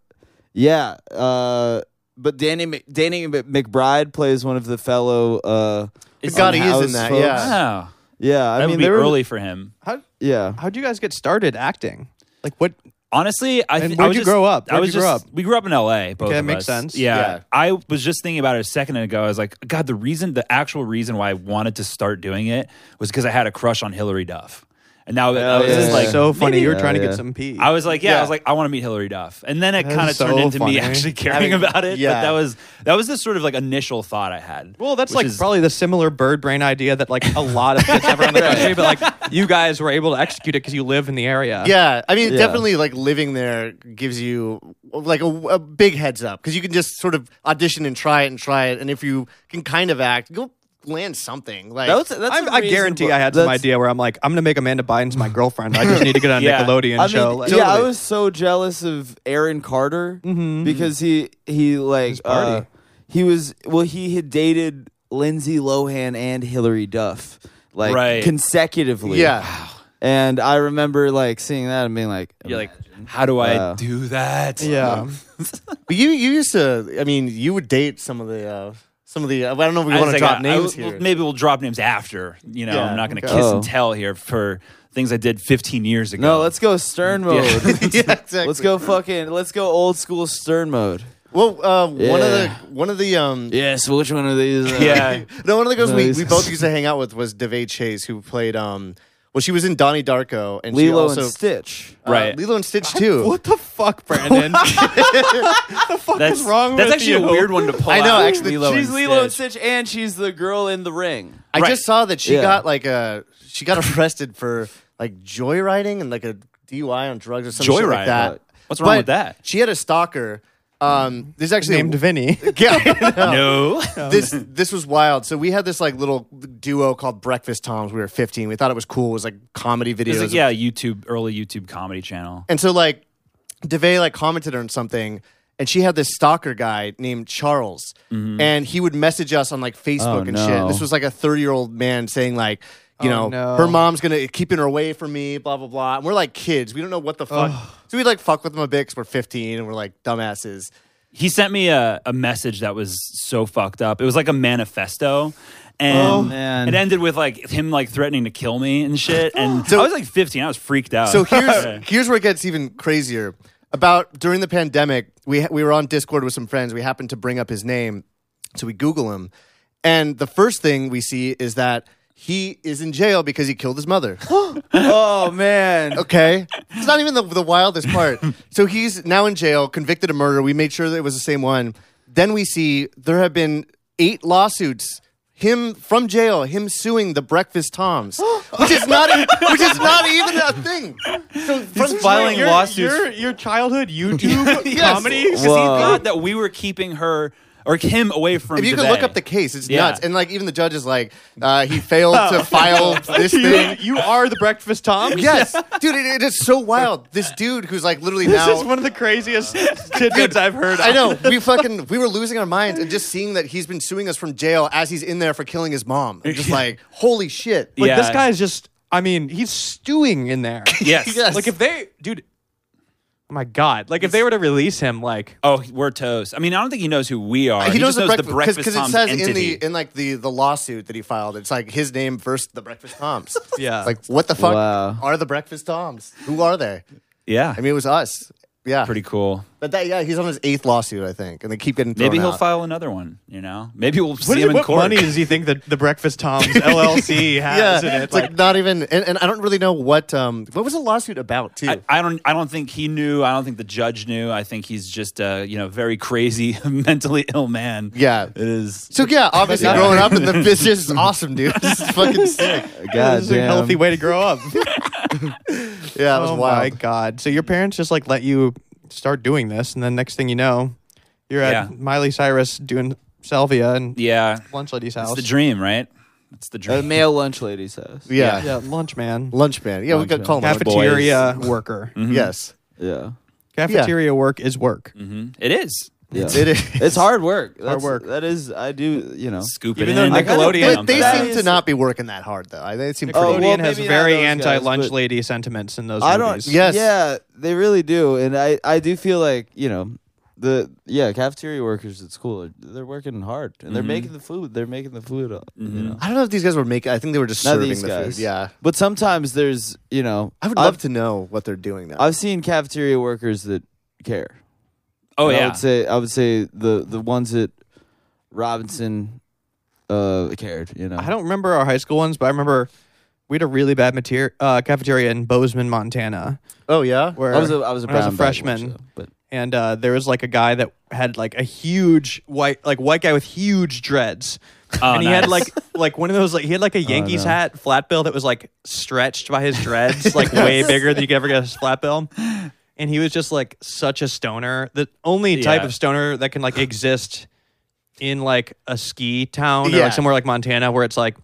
S3: yeah, uh, but Danny Mc- Danny Mc- McBride plays one of the fellow. Uh,
S4: Is-
S2: God, he is
S3: House
S2: in that.
S3: folks.
S2: Yeah,
S4: Wow.
S3: yeah, I
S4: That
S3: mean,
S4: would be
S3: they were
S4: early for him.
S1: How
S3: Yeah,
S1: how'd you guys get started acting? Like what?
S4: Honestly, I,
S1: And
S4: th-
S1: where'd
S4: I was
S1: you
S4: just-
S1: grow up?
S4: I
S1: Where'd
S4: was
S1: you grow
S4: just,
S1: up?
S4: We grew up in L.A. Both
S1: Okay,
S4: of
S1: makes
S4: us.
S1: sense.
S4: Yeah.
S2: Yeah.
S4: I was just thinking about it a second ago. I was like, God, the reason, the actual reason why I wanted to start doing it was because I had a crush on Hillary Duff, and now
S1: Oh,
S4: I was
S3: yeah.
S4: just like,
S1: so funny. you were trying to
S3: Yeah.
S1: get some pee.
S4: I was like, yeah,
S2: Yeah.
S4: I was like, I want to meet Hillary Duff, and then it
S1: That is
S4: kind of
S1: so
S4: turned into me
S1: funny.
S4: actually caring about it. But
S2: yeah.
S4: that was that was the sort of like initial thought I had.
S1: well, that's
S4: which
S1: like
S4: is-
S1: probably the similar bird brain idea that like a lot of kids have around the country, but like you guys were able to execute it because you live in the area.
S2: yeah. I mean,
S3: Yeah.
S2: definitely like living there gives you like a, a big heads up because you can just sort of audition and try it and try it, and if you can kind of act, you'll land something. Like
S3: That was- that's
S1: I'm,
S3: a
S1: I guarantee
S3: reasonable-
S1: I had some
S3: that's-
S1: idea where I'm like, I'm gonna make Amanda Bynes my girlfriend. I just need to get on a
S4: Yeah.
S1: Nickelodeon
S3: I mean,
S1: show. Like-
S3: yeah, I
S2: Totally.
S3: was so jealous of Aaron Carter because he he like uh,
S1: party.
S3: he was well he had dated Lindsay Lohan and Hillary Duff like
S4: Right.
S3: consecutively.
S2: yeah,
S3: and I remember like seeing that and being like,
S4: You're like, how do I
S3: Wow.
S4: do that?
S1: yeah.
S2: but you you used to. I mean, you would date some of the uh, some of the. I don't know if we
S4: I
S2: want
S4: was
S2: to
S4: like,
S2: drop
S4: I- I
S2: names
S4: would- well,
S2: here.
S4: Maybe we'll drop names after. You know,
S2: Yeah.
S4: I'm not going to
S2: Okay.
S4: kiss
S3: Oh.
S4: and tell here for things I did 15 years ago.
S3: no, let's go stern mode.
S2: yeah, exactly.
S3: let's go fucking, let's go old school stern mode.
S2: Well, uh, one of the
S3: Yeah.
S2: one of the um
S3: Yeah, so which one of these? Uh,
S4: Yeah.
S2: no one of the girls
S3: No,
S2: we,
S3: he's-
S2: we both used to hang out with was Devay Chase, who played um well she was in Donnie Darko and she
S3: Lilo
S2: also
S3: and Stitch.
S2: uh,
S4: Right.
S2: Lilo and Stitch too.
S1: What the fuck, Brandon? what the fuck
S4: That's
S1: is wrong
S4: That's
S1: with
S4: actually
S1: you?
S4: a weird one to pull.
S2: I know,
S4: out,
S2: actually,
S4: Lilo
S3: she's
S4: and
S3: Lilo and
S4: Stitch.
S3: Stitch, and she's the girl in the ring.
S2: I
S4: Right.
S2: just saw that she
S3: Yeah.
S2: got like a she got arrested for like joyriding and like a DUI on drugs or something
S4: Joyride?
S2: like that.
S4: What's wrong
S2: But
S4: with that?
S2: She had a stalker. Um, this is actually
S1: named Vinny.
S2: Yeah, I know.
S4: No,
S2: this this was wild. So we had this like little duo called Breakfast Toms. We were 15. We thought it was cool. It was like comedy videos.
S4: it's like yeah, YouTube early YouTube comedy channel.
S2: And so like DeVay like commented on something and she had this stalker guy named Charles and he would message us on like Facebook
S3: Oh,
S2: and
S3: no.
S2: shit. This was like a 30-year-old man saying like you
S1: Oh,
S2: know,
S1: no.
S2: her mom's gonna keeping her away from me, blah blah blah. And we're like kids, we don't know what the fuck. So we like fuck with him a bit because we're 15 and we're like dumbasses.
S4: He sent me a, a message that was so fucked up. It was like a manifesto. And
S3: Oh, man.
S4: it ended with like him like threatening to kill me and shit. And
S2: So-
S4: I was like 15. I was freaked out.
S2: So here's here's where it gets even crazier. About during the pandemic, we we were on Discord with some friends. We happened to bring up his name, so we Google him, and the first thing we see is that he is in jail because he killed his mother.
S3: Oh man.
S2: Okay, it's not even the the wildest part. So he's now in jail, convicted of murder. We made sure that it was the same one. Then we see there have been eight lawsuits. Him from jail, him suing the Breakfast Toms, which is not, e-, which is not even a thing. So from jail-
S4: filing
S1: your,
S4: lawsuits.
S1: Your, your childhood YouTube comedy.
S4: because he
S3: Whoa.
S4: thought that we were keeping her or him away from.
S2: If you can
S4: DeVay.
S2: look up the case, it's
S4: Yeah.
S2: nuts. And like even the judge is like, uh, he failed to file this
S1: You,
S2: thing.
S1: you are the breakfast Tom.
S2: Yes, dude, it, it is so wild. This dude who's like literally
S1: This
S2: now.
S1: is one of the craziest tidbits I've heard.
S2: I know we fucking we were losing our minds and just seeing that he's been suing us from jail as he's in there for killing his mom. And just like holy shit.
S1: Like
S4: Yeah.
S1: this guy is just. I mean, he's stewing in there.
S4: yes.
S2: Yes.
S1: Like if they, dude. Oh my god! Like if they were to release him, like
S4: Oh, we're toast. I mean, I don't think he knows who we are. He, just knows the breakfast
S2: because it
S4: Tom's
S2: says in
S4: entity.
S2: the in like the the lawsuit that he filed. It's like his name versus the Breakfast Toms.
S1: Yeah.
S2: like what the fuck
S3: Wow.
S2: are the Breakfast Toms? Who are they?
S4: yeah.
S2: I mean, it was us. Yeah.
S4: Pretty cool.
S2: But that, yeah, he's on his eighth lawsuit, I think, and they keep getting thrown
S4: Maybe he'll
S2: out.
S4: file another one. You know, maybe we'll see
S1: What,
S4: him in
S1: what
S4: court.
S1: money does he think that the Breakfast Tom's LLC
S2: Yeah,
S1: has in it?
S2: it's like, not even, and, and I don't really know what um what was the lawsuit about too.
S4: I, I don't. I don't think he knew. I don't think the judge knew. I think he's just a you know very crazy, mentally ill man.
S2: Yeah.
S4: it is.
S2: so yeah, obviously growing up in the business is awesome, dude. This is fucking sick.
S3: God
S1: this is a healthy way to grow up.
S2: Yeah, that was
S1: oh my
S2: wild.
S1: god! So your parents just like let you start doing this, and then next thing you know, you're
S4: Yeah.
S1: at Miley Cyrus doing salvia and
S4: Yeah,
S1: lunch lady's
S4: it's
S1: house.
S4: the dream, right? It's the
S3: A
S4: dream.
S3: male lunch lady says.
S2: Yeah.
S1: yeah, lunch man,
S2: lunch man. Yeah, we could
S3: oh
S2: call him lunch boy.
S1: cafeteria worker.
S4: Mm-hmm.
S2: Yes,
S3: Yeah.
S1: Cafeteria work is work.
S4: Mhm. It is.
S3: Yeah.
S2: it is.
S3: It's hard work. That's,
S1: work.
S3: That is, I do, you know.
S4: Scoop
S1: Even
S4: it
S1: though
S4: in.
S1: Nickelodeon-
S2: but they
S4: That
S2: seem
S4: is-
S2: to not be working that hard though. I, they seem pretty.
S3: Oh,
S1: Nickelodeon
S3: well,
S1: has
S3: maybe not
S1: very
S3: those guys,
S1: anti-lunch
S3: but-
S1: lady sentiments in those
S3: I
S1: movies.
S3: don't.
S2: Yes.
S3: Yeah, they really do, and I I do feel like you know the yeah cafeteria workers at school are, they're working hard and they're
S1: Mm-hmm.
S3: making the food. They're making the food. uh, You know,
S2: I don't know if these guys were making. I think they were just
S3: not
S2: serving
S3: these
S2: the
S3: guys.
S2: food. Yeah,
S3: but sometimes there's you know
S2: I would
S3: I've-
S2: love to know what they're doing though.
S3: I've seen cafeteria workers that care.
S4: Oh
S3: And I
S4: yeah.
S3: would say I would say the the ones at Robinson uh cared. You know,
S1: I don't remember our high school ones, but I remember we had a really bad materi- uh, cafeteria in Bozeman, Montana,
S2: oh yeah,
S1: where
S3: I was a, I was a,
S1: when I was a
S3: brown bag
S1: freshman,
S3: once, though, but
S1: and uh, there was like a guy that had like a huge white, like white guy with huge dreads,
S4: Oh,
S1: and he had
S4: nice.
S1: like like one of those like he had like a Yankees
S3: no.
S1: hat flat bill that was like stretched by his dreads, like way bigger than you could ever get a flat bill. And he was just like such a stoner, the only type
S4: Yeah.
S1: of stoner that can like exist in like a ski town or
S2: Yeah.
S1: like somewhere like Montana where it's like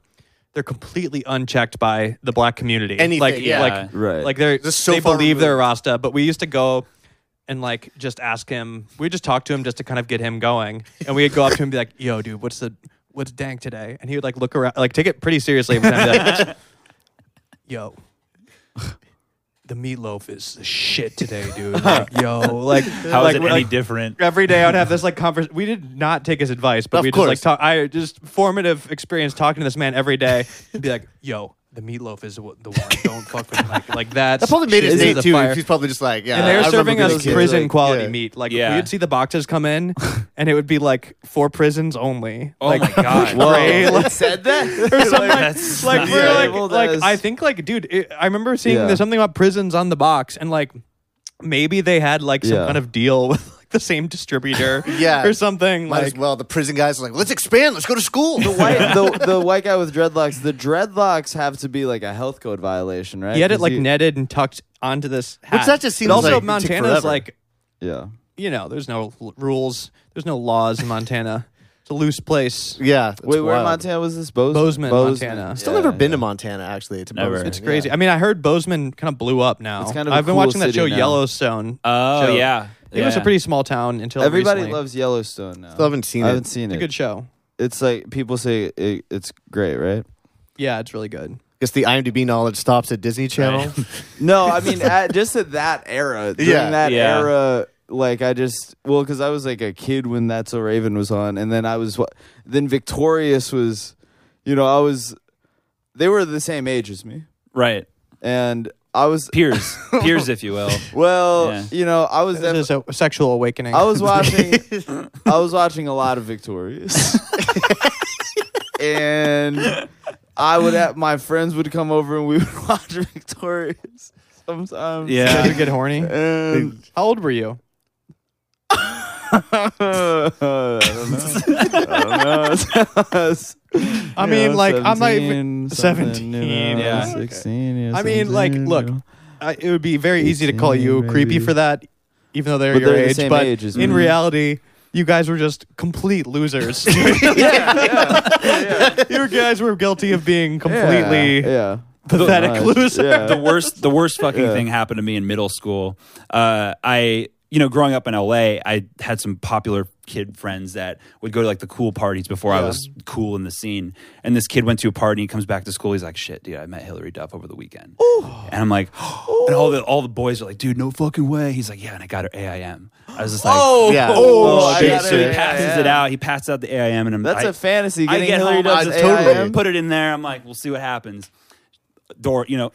S1: they're completely unchecked by the black community.
S2: Anything,
S1: like
S2: yeah.
S1: like
S3: Right.
S1: like they're
S2: Just so
S1: they
S2: far
S1: believe they're
S2: removed.
S1: Rasta, but we used to go and like just ask him. We just talk to him just to kind of get him going, and we'd go up to him and be like, "Yo, dude, what's the what's dank today?" And he would like look around, like take it pretty seriously. Every time He'd be like, Yo. The meatloaf is the shit today, dude. Like, yo, like,
S4: How is
S1: like,
S4: it
S1: we're
S4: any
S1: like-
S4: different?
S1: every day I'd have this like conversation. We did not take his advice, but
S2: Of
S1: we just like
S2: course.
S1: talk. I just formative experience talking to this man every day. And be like, yo, the meatloaf is w- the one. Don't fuck with it. Like, like that's
S2: that probably made
S1: shit
S2: his
S1: to
S2: day
S1: the
S2: too.
S1: fire.
S2: He's probably just like yeah.
S1: And they
S2: I
S1: were
S2: remember
S1: serving
S2: being a
S1: us
S2: kid.
S1: prison
S2: Like,
S1: quality
S2: yeah.
S1: meat. Like
S4: Yeah.
S1: we'd see the boxes come in, and it would be like for prisons only.
S4: Oh
S1: like,
S4: my god.
S1: gray, like-
S3: said that
S1: or something like,
S4: That's
S1: like,
S4: not
S1: we're
S4: good.
S1: like,
S3: Well, that
S1: like
S3: is-
S1: I think like dude, it, I remember seeing
S3: Yeah.
S1: there's something about prisons on the box and like maybe they had like some
S3: Yeah.
S1: kind of deal with like the same distributor
S2: Yeah.
S1: or something
S2: Might
S1: like
S2: as well. The prison guys are like, let's expand. Let's go to school.
S3: white, the the white guy with dreadlocks. The dreadlocks have to be like a health code violation, right?
S1: he had it
S3: 'Cause
S1: like netted and tucked onto this hat.
S2: that just seems
S1: but also
S2: like it took
S1: Montana's
S2: forever.
S1: like
S3: Yeah.
S1: you know, there's no l- rules, there's no laws in Montana. It's a loose place.
S2: yeah. it's
S3: Wait, where
S2: wild.
S3: in Montana was this?
S1: Bozeman,
S3: Bozeman,
S1: Montana.
S2: Still
S3: Yeah,
S2: never been
S3: yeah.
S2: to Montana actually. To
S4: Never.
S2: Bozeman,
S4: It's
S1: It's crazy. I mean, I heard Bozeman kind of blew up now.
S3: It's kind of a
S1: I've been
S3: cool
S1: watching that
S3: city
S1: show
S3: now.
S1: Yellowstone.
S4: Oh
S1: show.
S4: yeah.
S1: It was a
S4: Yeah.
S1: pretty small town until
S3: Everybody
S1: recently.
S3: loves Yellowstone now.
S2: Still haven't seen
S3: I
S2: it.
S3: haven't seen
S1: It's
S3: it.
S1: a good show.
S3: It's like people say it, it's great, right?
S1: Yeah, it's really good.
S2: Guess the IMDb knowledge stops at Disney Channel.
S3: No, I mean at, just at that era. During
S2: Yeah.
S3: that
S4: Yeah.
S3: era, like I just well, because I was like a kid when That's a Raven was on, and then I was wa- then Victorious was, you know, I was. They were the same age as me,
S4: right.
S3: and I was
S4: Peers, peers, if you will.
S3: well,
S4: Yeah.
S3: you know, I was.
S1: This
S3: def-
S1: is a sexual awakening.
S3: I was watching. I was watching a lot of Victorious, and I would have my friends would come over and we would watch Victorious sometimes.
S1: You guys
S4: Yeah.
S1: would get horny.
S3: And,
S1: How old were you?
S3: I don't know. I don't know.
S1: I mean, like, I'm not even- 17,
S4: yeah.
S3: sixteen. yeah,
S1: I mean, like,
S3: 17,
S1: look,
S3: you know.
S1: I, it would be very easy to call you
S3: 18,
S1: creepy
S3: maybe.
S1: for that, even though they're
S3: But
S1: your
S3: they're the
S1: age.
S3: same
S1: but
S3: age as
S1: in
S3: me.
S1: reality, you guys were just complete losers. you guys were guilty of being completely
S3: yeah. yeah.
S1: pathetic
S3: Right.
S1: losers.
S3: Yeah.
S4: the worst the worst fucking
S3: Yeah.
S4: thing happened to me in middle school. Uh, I you know growing up in LA, I had some popular kid friends that would go to like the cool parties before I was cool in the scene. And this kid went to a party. He comes back to school. He's like, "Shit, dude, I met Hillary Duff over the weekend." And I'm like, and all the all the boys are like, "Dude, no fucking way." He's like, "Yeah," and I got her AIM. I was just like, "Oh,
S2: yeah.
S3: Oh, I
S4: shit!"
S3: got
S4: So he
S3: her
S4: passes
S3: AIM.
S4: it out. He passes out the AIM, and I'm
S3: That's
S4: a
S3: a fantasy. Getting
S4: I get
S3: Hillary
S4: home, I
S3: Duff's
S4: just totally
S3: AIM.
S4: put it in there. I'm like, we'll see what happens. door, you know,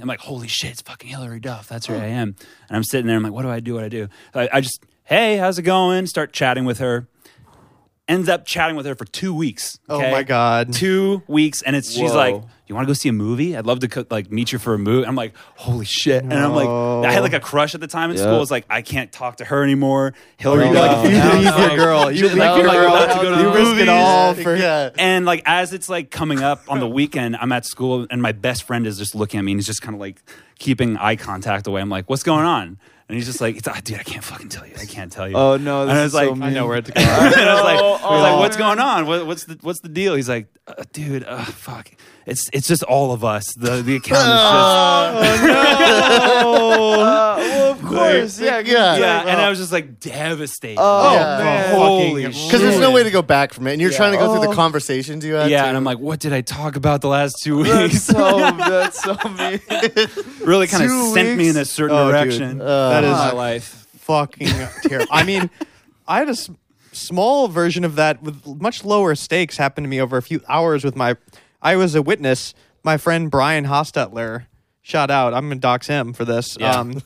S4: I'm like, holy shit, it's fucking Hillary Duff. That's where I am. And I'm sitting there, I'm like, what do I do? What do I do? So I, I just, hey, how's it going? Start chatting with her. Ends up chatting with her for two weeks. okay?
S1: my God.
S4: Two weeks. And it's she's
S3: Whoa.
S4: like, you want to go see a movie? I'd love to co- like meet you for a movie. I'm like, holy shit. And I'm like, I had like a crush at the time in
S3: Yeah.
S4: school. It's like, I can't talk to her anymore. Hillary
S3: Oh,
S4: Duff.
S3: no.
S1: You
S4: I'm
S1: leave
S4: like,
S1: your girl. You
S4: she's
S1: leave your
S4: like,
S1: girl.
S4: I'm about to go
S1: You
S4: to the
S1: risk it
S4: movies.
S2: oh,
S1: all for.
S2: yeah.
S4: And like as it's like coming up on the weekend, I'm at school and my best friend is just looking at me and he's just kind of like keeping eye contact away. I'm like, "What's going on?" And he's just like, it's, ah, "Dude, I can't fucking tell you. I can't tell you."
S3: Oh, no,
S4: And
S3: this
S4: I was
S3: is
S4: like,
S3: so
S1: I know where to
S4: and
S1: go.
S4: I was like, I was
S3: Oh,
S4: like,
S3: oh.
S4: "What's going on? What, what's the what's the deal?" He's like, uh, "Dude, uh, fuck. It's it's just all of us. The the account is just."
S3: Uh, well, of course, yeah,
S2: yeah, yeah.
S4: Yeah, and I was just like devastated.
S3: Oh,
S4: Like,
S2: man.
S4: holy
S1: Fucking-
S2: Because there's no
S4: shit.
S2: way to go back from it, and you're trying to go through
S3: Oh.
S2: the conversations you had.
S4: Yeah,
S2: too.
S4: and I'm like, what did I talk about the last two
S3: That's
S4: weeks?
S3: so that's so mean.
S4: really kind of
S2: Two
S4: sent me
S2: weeks?
S4: in a certain
S1: Oh, dude.
S4: direction.
S1: That is-
S4: Uh, my life.
S1: fucking terrible. I mean, I had a s- small version of that with much lower stakes happen to me over a few hours with my. I was a witness. My friend Brian Hostetler, shout out. I'm gonna dox him for this.
S4: Yeah.
S1: Um,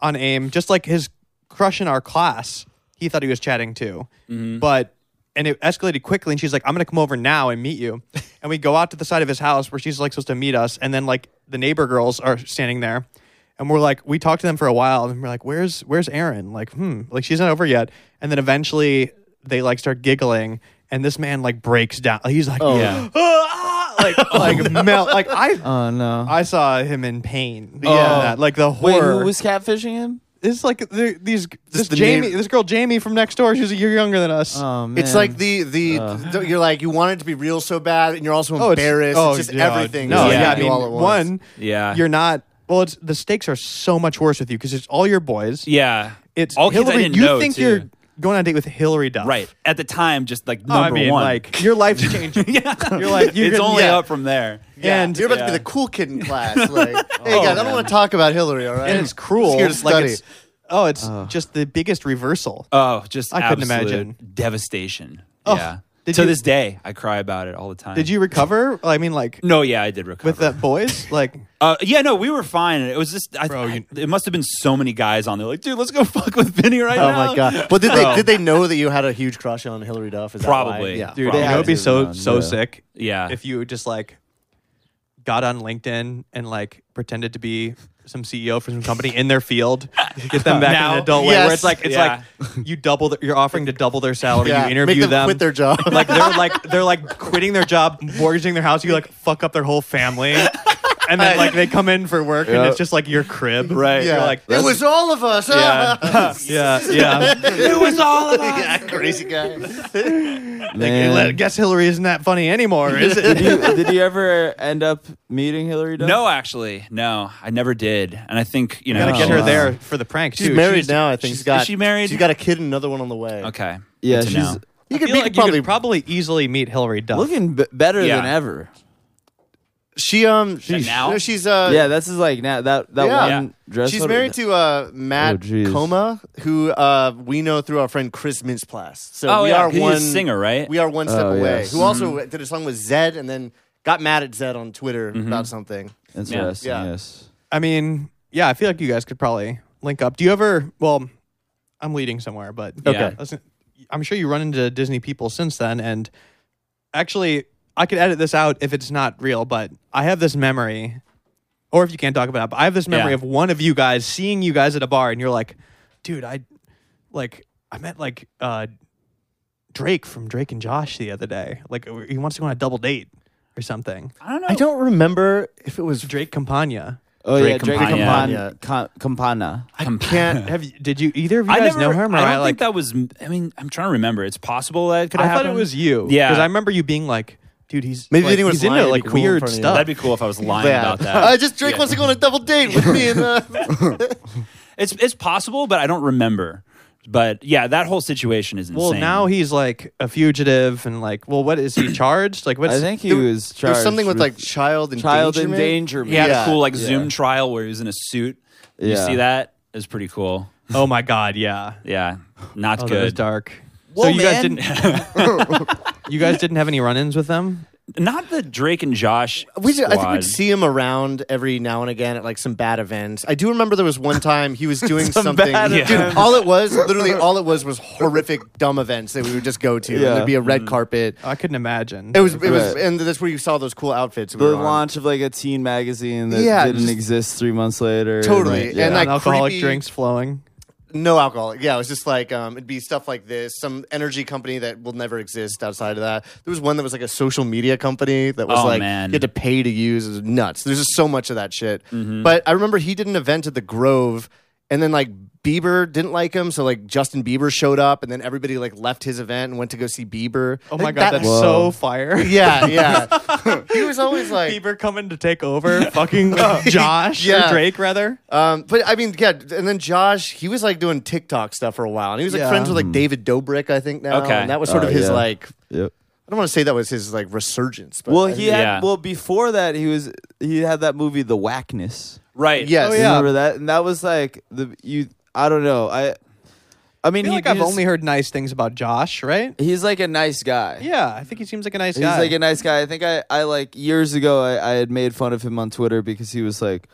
S1: on AIM, just like his crush in our class, he thought he was chatting to,
S4: Mm-hmm.
S1: but. And it escalated quickly, and she's like, "I'm gonna come over now and meet you." And we go out to the side of his house where she's like supposed to meet us, and then like the neighbor girls are standing there, and we're like, we talked to them for a while, and we're like, where's where's Aaron? Like, hmm, like she's not over yet. And then eventually they like start giggling, and this man like breaks down. He's like,
S4: Yeah.
S1: "Ah," like like melt. Like I
S3: Oh no.
S1: I saw him in pain.
S2: Oh.
S1: Yeah, that. like the
S3: Wait,
S1: horror.
S3: who was catfishing him?
S1: It's like the, these this
S2: the
S1: Jamie,
S2: name-
S1: this girl Jamie from next door. She's a year younger than us.
S3: Oh man.
S2: It's like the the th- you're like you want it to be real so bad, and you're also embarrassed. it's, just
S1: God.
S2: everything.
S1: No,
S4: is
S1: Oh, yeah, I
S4: happening
S1: mean,
S2: all at once.
S1: one,
S4: Yeah.
S1: you're not. Well, it's the stakes are so much worse with you because it's all your boys.
S4: Yeah,
S1: It's
S4: all
S1: Hillary.
S4: kids I didn't
S1: you
S4: know,
S1: think
S4: too.
S1: you're going on a date with Hillary Duff,
S4: right at the time, just like
S1: Oh,
S4: number
S1: I mean,
S4: one.
S1: like your life's changing.
S4: yeah,
S1: You're like, you're
S4: it's
S1: gonna-
S4: only
S1: yeah.
S4: up from there.
S2: Yeah.
S1: And
S2: you're about to
S4: yeah.
S2: be the cool kid in class. Like, hey guys, I don't want to talk about Hillary. All right,
S1: and it's cruel.
S2: Here to
S1: Like
S2: study.
S1: it's, oh, it's just the biggest reversal.
S4: Oh, just
S1: I couldn't
S4: absolute
S1: imagine.
S4: devastation.
S1: Oh,
S4: yeah,
S1: did
S4: to
S1: you-
S4: this day, I cry about it all the time.
S1: Did you recover? I mean, like
S4: No, yeah, I did recover.
S1: with the boys, like
S4: uh, yeah, no, we were fine. It was just, I,
S1: Bro, you-
S4: I- it must have been so many guys on there. Like, dude, let's go fuck with Vinny right
S2: oh
S4: now.
S2: my god. But did they did they know that you had a huge crush on Hillary Duff? Is that why?
S4: Probably.
S2: Yeah.
S1: dude,
S4: Probably.
S1: that would be so
S3: Yeah.
S1: so sick.
S4: Yeah.
S1: if you just like got on LinkedIn and like pretended to be some CEO for some company in their field, get them back in
S4: Now?
S1: an adult way where
S2: Yes.
S1: it's like it's
S4: Yeah.
S1: like you double th- you're offering to double their salary.
S2: Yeah.
S1: You interview
S2: Make them, quit their job.
S1: like they're like they're like quitting their job, mortgaging their house. You like fuck up their whole family, and then like they come in for work and
S3: Yeah.
S1: it's just like your crib.
S4: Right.
S1: You're
S2: yeah.
S1: like
S2: it was all of us. ah.
S4: yeah,
S1: yeah yeah.
S4: it was all of us.
S2: yeah, crazy guy.
S3: Man.
S1: Like, guess Hillary isn't that funny anymore, is
S3: did,
S1: it?
S3: you, did you ever end up meeting Hillary? Duff?
S4: No, actually, no, I never did. And I think you know,
S1: Gotta get her
S4: she's-
S1: there for the prank.
S2: Oh, She's
S1: too.
S2: married now. I think
S4: she's-
S2: she's got.
S4: is she married?
S2: She's got a kid and another one on the way.
S4: Okay,
S3: Yeah,
S4: Good to
S3: she's
S4: know.
S2: You
S1: I
S2: could,
S1: feel
S2: you
S1: like
S2: could
S1: you
S2: probably
S1: could probably easily meet Hillary Duff.
S3: looking b- better
S4: Yeah.
S3: than ever.
S2: She um she,
S4: now?
S2: no, she's uh
S3: yeah, that's just like now that that
S2: Yeah.
S3: one dress.
S2: She's
S3: photo-
S2: married to uh,
S3: Oh,
S2: Matt
S3: geez.
S2: Coma, who uh, we know through our friend Chris Mintzplas. So
S4: Oh,
S2: we
S4: yeah.
S2: are
S4: He's a
S2: one
S4: singer, right? Mm-hmm.
S2: We are one step
S3: Oh,
S2: away.
S3: yes.
S2: Who also did a song with Zed and then got mad at Zed on Twitter about something.
S3: Interesting.
S2: Yeah.
S3: Yes.
S1: I mean, yeah, I feel like you guys could probably link up. Do you ever? Well, I'm leading somewhere, but
S4: Okay.
S1: Listen, I'm sure you run into Disney people since then, and actually, I could edit this out if it's not real. But I have this memory, or if you can't talk about it, but I have this memory
S4: Yeah.
S1: of one of you guys seeing you guys at a bar, and you're like, "Dude, I like I met like uh Drake from Drake and Josh the other day. Like he wants to go on a double date or something."
S4: I don't know.
S2: I don't remember if it was.
S1: Drake Campagna.
S3: Oh
S4: Drake
S3: yeah, Drake
S4: Campagna.
S3: Campan- Ca- Campana.
S2: Can't.
S1: Have you, did you either of you
S4: I
S1: guys
S4: never,
S1: know him? Or
S4: I don't
S1: I, like,
S4: think that was. I mean, I'm trying to remember. It's possible that could
S1: I
S4: have
S1: thought
S4: happened.
S1: it was you.
S4: Yeah.
S1: because I remember you being like, "Dude, he's
S2: Maybe
S1: like,
S2: then he was
S1: he's into
S2: lying. It'd
S1: like
S2: be cool in
S1: weird
S2: front of you.
S1: stuff."
S4: That'd be cool if I was lying
S2: Yeah.
S4: about that.
S2: Uh, just Drake wants to go on a double date with me and uh,
S4: it's it's possible, but I don't remember. But yeah, that whole situation is insane.
S1: well, now he's like a fugitive and like, well, what is he charged? Like, what's
S3: I think he was charged.
S2: there's something with like child and
S3: child endangerment.
S4: he had
S2: Yeah.
S4: a cool like
S3: Yeah.
S4: Zoom trial where he was in a suit. You
S3: Yeah.
S4: see that? It was pretty cool.
S1: Oh my god, yeah,
S4: Yeah, not
S1: oh, that was
S4: good.
S1: dark.
S3: Whoa,
S1: so you guys
S3: man.
S1: didn't, you guys didn't have any run-ins with them?
S4: Not the Drake and Josh.
S2: We did, I think
S4: squad.
S2: we'd see him around every now and again at like some bad events. I do remember there was one time he was doing something.
S3: bad
S2: Dude,
S4: events.
S2: all it was, literally, all it was was horrific dumb events that we would just go to. And
S3: Yeah.
S2: There'd be a red carpet.
S1: I couldn't imagine.
S2: It was, it was,
S3: Right.
S2: and that's where you saw those cool outfits. We
S3: The
S2: were on.
S3: launch of like a teen magazine that
S2: Yeah,
S3: didn't
S2: just-
S3: exist three months later.
S2: Totally. And,
S3: like, yeah.
S2: like,
S1: alcoholic
S2: creepy-
S1: drinks flowing.
S2: No alcohol. Yeah, it was just like um, it'd be stuff like this, some energy company that will never exist outside of that. There was one that was like a social media company that was
S4: Oh,
S2: like
S4: man.
S2: you had to pay to use. It was nuts. There's just so much of that shit.
S4: Mm-hmm.
S2: But I remember he did an event at the Grove, and then like Bieber didn't like him, so like Justin Bieber showed up, and then everybody like left his event and went to go see Bieber.
S1: Oh
S2: I
S1: my
S2: think
S1: god,
S2: that-
S1: that's
S3: Whoa.
S1: so fire.
S2: yeah, yeah. he was always like
S1: Bieber coming to take over, fucking Josh
S2: Yeah.
S1: or Drake rather.
S2: Um, but I mean, yeah, and then Josh, he was like doing TikTok stuff for a while, and he was like
S1: Yeah.
S2: friends with like David Dobrik, I think now.
S4: Okay.
S2: and that was sort
S3: Oh,
S2: of his
S3: yeah.
S2: like.
S3: Yep.
S2: I don't want to say that was his like resurgence, but
S3: Well,
S2: I
S3: he
S2: think-
S3: had
S4: Yeah.
S3: well before that he was he had that movie The Whackness.
S4: right.
S2: yes,
S1: Oh, yeah.
S3: Remember that? And that was like the you. I don't know. I. I
S1: I
S3: mean,
S1: feel
S3: he,
S1: like I've
S3: he just-
S1: only heard nice things about Josh, right?
S3: He's like a nice guy.
S1: Yeah, I think he seems like a nice
S3: He's
S1: guy.
S3: like a nice guy. I think I, I like years ago I, I had made fun of him on Twitter because he was like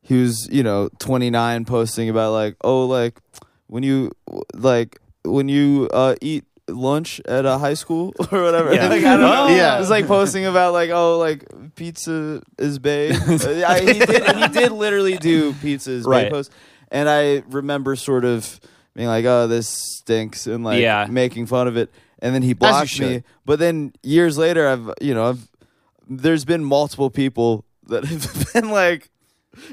S3: he was, you know, 29 posting about like, oh like when you like when you uh eat lunch at a high school or whatever.
S4: Yeah.
S3: Like, I don't know.
S2: Oh. Yeah.
S3: It was like posting about like oh like pizza is bae. Uh, I, he did he did literally do pizza is bae
S4: Right.
S3: post. And I remember sort of being like, oh, this stinks, and like
S4: Yeah.
S3: making fun of it. And then he
S2: you
S3: blocked me.
S2: should.
S3: But then years later, I've you know, I've there's been multiple people that have been like,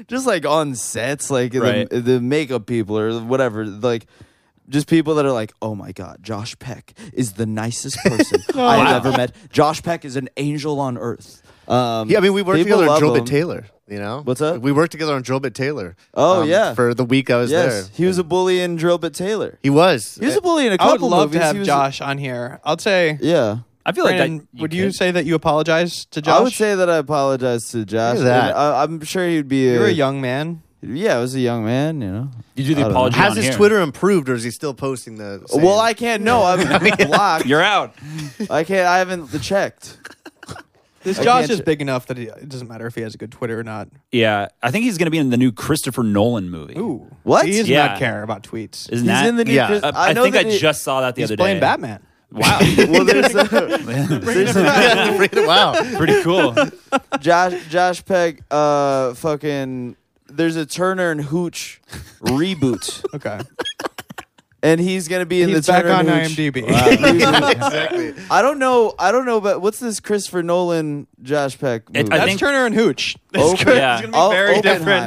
S3: just like on sets, like
S4: Right.
S3: the, the makeup people or whatever, like. Just people that are like, oh my God, Josh Peck is the nicest person I have ever met. Josh Peck is an angel on earth. Um,
S2: yeah. I mean, we worked
S3: people
S2: together on
S3: love
S2: Drill
S3: him.
S2: Bit Taylor. You know,
S3: What's that?
S2: We worked together on Drill Bit Taylor. um,
S3: Oh, yeah.
S2: for the week I was
S3: Yes,
S2: there,
S3: he was a bully in Drill Bit Taylor.
S2: he was.
S3: He was a bully in a
S1: I would
S3: couple
S1: love
S3: movies.
S1: to
S3: He
S1: have
S3: was-
S1: Josh on here. I'd say
S3: Yeah.
S4: I feel like
S1: Brandon,
S4: that.
S1: would you
S4: could-
S1: say that you apologize to Josh?
S3: I would say that I apologize to Josh.
S2: Look at that.
S3: and I, I'm sure he'd be.
S1: you're a young man.
S3: Yeah, I was a young man. You know.
S4: you do
S3: I
S4: the
S3: don't know.
S4: apology?
S2: Has
S4: on
S2: his
S4: here.
S2: Twitter improved, or is he still posting the? same?
S3: Well, I can't know. I'm blocked.
S4: You're out.
S3: I can't. I haven't checked.
S1: This
S3: I
S1: Josh
S3: can't
S1: is
S3: ch-
S1: big enough that he, it doesn't matter if he has a good Twitter or not.
S4: Yeah, I think he's going to be in the new Christopher Nolan movie.
S1: Ooh,
S3: What?
S1: He does
S4: Yeah.
S1: not care about tweets.
S4: isn't
S3: He's
S4: that?
S3: in the new.
S2: Yeah.
S3: Chris-
S4: Uh, I,
S3: know
S4: think I
S3: that he-
S4: just saw that the
S1: He's
S4: other
S1: playing
S4: day.
S1: Batman.
S4: Wow,
S3: Well, there's a,
S2: wow.
S4: pretty cool.
S3: Josh Josh Peck. Uh, fucking. There's a Turner and Hooch reboot,
S1: Okay,
S3: and he's gonna be in
S1: he's
S3: the
S1: back
S3: Turner
S1: on
S3: and Hooch.
S1: IMDb.
S2: exactly.
S3: I don't know. I don't know. But what's this Christopher Nolan Josh Peck?
S4: It-
S3: Movie?
S4: I
S1: That's
S4: think-
S1: Turner and Hooch. It's
S3: Oh,
S1: gonna-
S4: yeah.
S1: it's gonna be
S3: Oh,
S1: very
S3: Oppenheimer.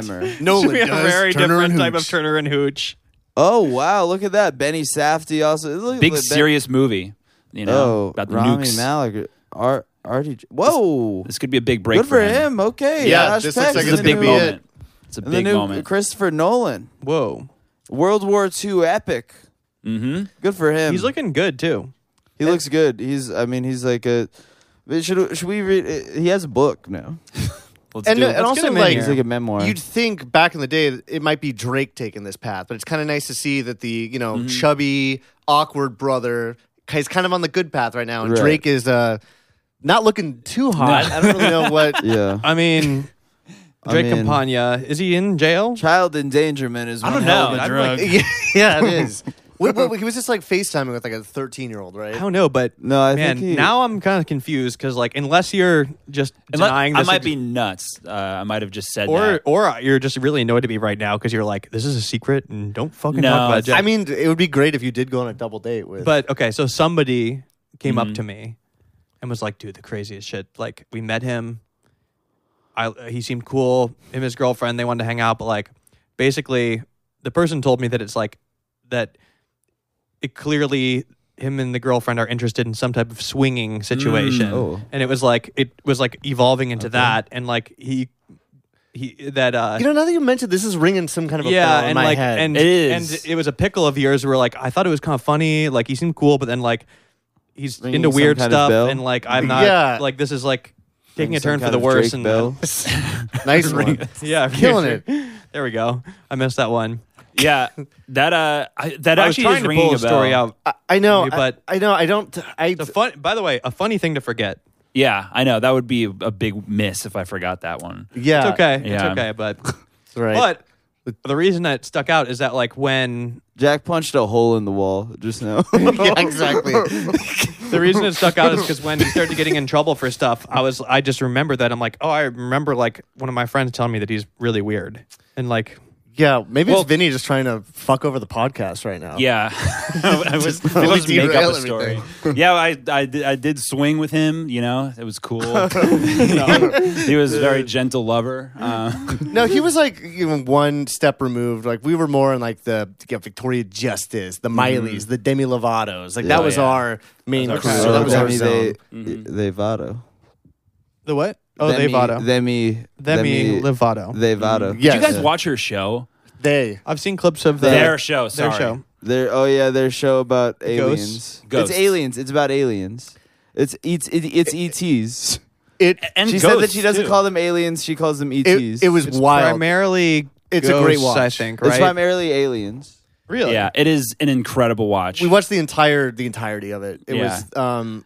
S1: different.
S2: Nolan
S1: It's gonna be a
S2: does
S1: very
S2: Turner and
S1: different type
S2: Hooch.
S1: of Turner and Hooch.
S3: Oh wow! Look at that. Benny Safdie also. Look,
S4: Big
S3: look, Ben-
S4: serious movie. You know
S3: Oh,
S4: about the
S3: Rami
S4: nukes.
S3: Malek. R- RTJ. Whoa.
S4: This could be a big break.
S3: Good for him. Okay.
S2: Yeah,
S3: Josh
S2: this
S3: Peck
S2: looks like it's
S3: in
S4: This is a
S3: the new-
S4: big
S2: be it.
S4: moment. It's a
S3: in The
S4: big
S3: new
S4: moment.
S3: Christopher Nolan.
S1: Whoa,
S3: World War II epic.
S4: Mm-hmm.
S3: Good for him.
S1: he's looking good too.
S3: he looks good. He's. I mean, he's like a. but Should should we read? He has a book now.
S4: Let's
S2: And,
S4: do
S2: uh, and
S4: it.
S1: get
S2: also,
S1: him in
S2: like,
S3: He's like a memoir.
S2: You'd think back in the day that it might be Drake taking this path, but it's kind of nice to see that the you
S1: Mm-hmm.
S2: know chubby, awkward brother is kind of on the good path right now, and
S3: Right.
S2: Drake is uh, not looking too hot. I don't really know what.
S3: yeah.
S1: I mean, Drake
S3: mean-
S1: Campagna is he in jail?
S3: Child endangerment is. One
S4: I don't
S3: hell of
S4: know.
S3: a
S4: I'm
S3: drug.
S4: like-
S2: yeah, yeah, it is. Wait, wait, wait, he was just like FaceTiming with like a thirteen-year-old, right?
S1: I don't know, but
S3: No, I
S1: man,
S3: think he-
S1: now I'm kind of confused because like unless you're just
S4: Unless-
S1: denying
S4: I
S1: this,
S4: might be nuts. Uh, I might have just said
S1: or
S4: that.
S1: or you're just really annoyed at me right now because you're like this is a secret and don't fucking talk
S4: No,
S1: about
S4: it's-
S1: it. Jack.
S2: I mean, it would be great if you did go on a double date with.
S1: but okay, so somebody came up to me and was like, "Dude, the craziest shit." Like we met him. I he seemed cool. Him and his girlfriend they wanted to hang out, but like basically the person told me that it's like that. It clearly him and the girlfriend are interested in some type of swinging situation,
S3: Oh.
S1: and it was like it was like evolving into that, and like he he that uh
S2: you know, now that you mentioned this, is ringing some kind of a
S1: yeah,
S2: bell in
S1: and
S2: my
S1: like,
S2: head.
S1: and
S4: It is.
S1: and it was a pickle of yours. Where like I thought it was kind of funny. Like he seemed cool, but then like he's
S3: Ringing
S1: into
S3: some
S1: weird
S3: kind of
S1: stuff,
S3: bell?
S1: and like I'm not
S2: Yeah.
S1: like this is like taking a turn
S3: Some
S1: for
S3: kind
S1: the
S3: of
S1: worse.
S3: Drake
S1: and
S3: Bell.
S2: nice ring.
S1: yeah,
S2: Killing it.
S1: There we go. I missed that one.
S4: yeah, that uh, I, that
S1: I was
S4: actually
S1: trying
S4: is
S1: to
S4: ringing
S1: pull
S4: a
S1: a story
S4: bell.
S1: out.
S2: I, I know,
S1: But-
S2: but I, know. I don't. I
S1: The fun, by the way, a funny thing to forget
S4: Yeah, I know that would be a big miss if I forgot that one.
S2: Yeah.
S1: It's okay. It's
S4: yeah.
S1: okay, but
S2: Right.
S1: but the reason that stuck out is that like when
S3: Jack punched a hole in the wall just now.
S2: yeah, exactly.
S1: the reason it stuck out is because when he started getting in trouble for stuff, I was I just remember that I'm like, oh, I remember like one of my friends telling me that he's really weird and like
S2: Yeah. Maybe
S1: Well-
S2: it's Vinny just trying to fuck over the podcast right now.
S4: Yeah, I was
S2: Just
S4: I was
S2: really
S4: make up
S2: derail
S4: a story.
S2: everything.
S4: yeah, I, I did, I did swing with him. You know, it was cool. You know, he was a very gentle lover. Uh,
S2: No, he was like even one step removed. Like we were more in like the yeah, Victoria Justice, the Mileys, the Demi Lovatos. Like that was
S4: yeah.
S2: our main
S4: That was
S2: crew.
S4: our-
S2: that was
S3: Demi,
S2: our
S3: they,
S2: zone.
S3: they Vado.
S1: the what? Oh,
S3: Demi,
S1: they Vado.
S3: Demi,
S1: Demi Lovato.
S3: They Vado.
S2: Yeah.
S4: did you guys
S2: Yeah.
S4: watch her show?
S2: They.
S1: I've seen clips of the,
S4: Their show. Sorry.
S1: Uh, their show.
S3: Their oh yeah, their show about aliens.
S4: Ghosts.
S3: It's aliens. It's about aliens. It's it's it, it's ETs.
S2: It
S4: And
S3: She said that
S4: Ghosts,
S3: she doesn't
S4: too.
S3: call them aliens. She calls them E ETs.
S2: it, it was
S1: It's
S2: wild.
S1: primarily
S2: It's a great
S1: ghosts,
S2: watch.
S1: I think,
S3: It's
S1: right?
S3: primarily aliens.
S1: really?
S4: Yeah, it is an incredible watch.
S2: we watched the entire the entirety of it. It
S4: Yeah.
S2: was um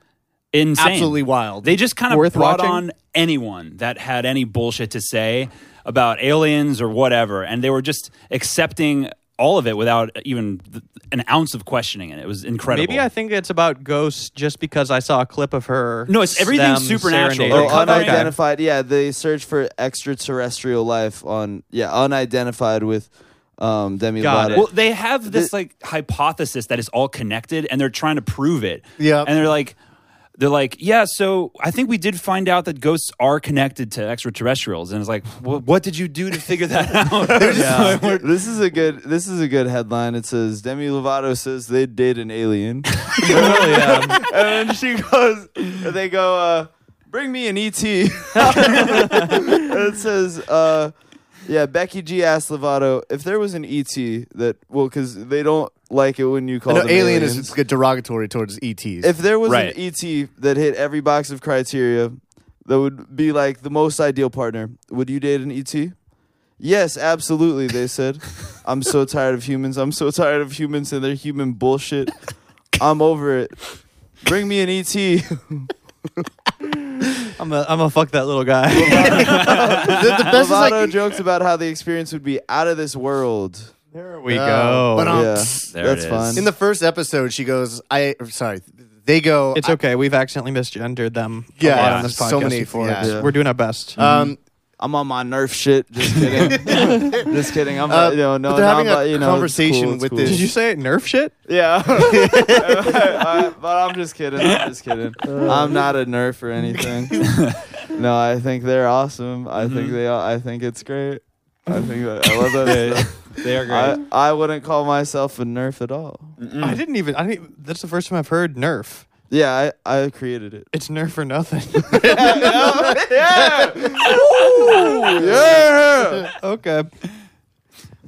S4: Insane.
S2: absolutely wild.
S4: They just kind of
S1: Worth
S4: brought
S1: watching?
S4: on anyone that had any bullshit to say about aliens or whatever, and they were just accepting all of it without even th- an ounce of questioning it. It was incredible.
S1: Maybe I think it's about ghosts just because I saw a clip of her.
S4: No, it's everything
S1: them
S4: supernatural.
S1: serenading.
S4: They're
S3: Oh,
S4: covering-
S3: unidentified. Yeah, they search for extraterrestrial life on yeah, unidentified with um, Demi
S1: Got
S3: Lovato.
S1: it.
S4: Well, they have this like hypothesis that is all connected, and they're trying to prove it.
S2: Yeah.
S4: and they're like, they're like, yeah. So I think we did find out that ghosts are connected to extraterrestrials, and it's like, well, what did you do to figure that out?
S3: this is a good. This is a good headline. It says Demi Lovato says they date an alien,
S1: Oh, yeah.
S3: and then she goes. and They go. Uh, Bring me an ET. and it says, uh, yeah, Becky G asked Lovato if there was an ET that, well, because they don't like it when you call
S2: no,
S3: them
S2: alien
S3: aliens.
S2: is derogatory towards E ETs.
S3: if there was
S4: Right.
S3: an ET that hit every box of criteria that would be like the most ideal partner, would you date an ET? Yes, absolutely, they said. I'm so tired of humans. I'm so tired of humans and their human bullshit. I'm over it. Bring me an E ET.
S1: I'm a, I'm a fuck that little guy.
S2: the, the best is like
S3: Lovato jokes about how the experience would be out of this world.
S1: there we
S2: Oh, but, um,
S3: Yeah,
S4: There
S3: that's
S4: it is.
S3: fun.
S2: in the first episode she goes I or sorry, they go
S1: It's okay. We've accidentally misgendered them. a
S2: Yeah,
S1: lot
S2: yeah,
S1: on this
S2: so
S1: podcast
S2: many-
S1: before.
S2: yeah.
S1: We're doing our best.
S2: um
S3: I'm on my Nerf shit. Just kidding. just kidding. I'm
S2: Uh,
S3: you know,
S2: but
S3: no,
S2: they're
S3: no,
S2: having
S3: I'm
S2: a
S3: not- you know, it's cool,
S2: conversation
S3: it's
S2: with
S3: cool.
S2: this-
S1: Did you say Nerf shit?
S3: Yeah. I- but I'm just kidding. I'm just kidding. I'm not a nerf or anything. no, I think they're awesome. I think they are, I think it's great. I think that, I love that stuff.
S4: they are great.
S3: I, I wouldn't call myself a nerf at all.
S2: Mm.
S1: I didn't even. I didn't, that's the first time I've heard Nerf.
S3: Yeah, I, I created it.
S1: It's Nerf or nothing.
S3: yeah. Ooh, yeah.
S1: okay.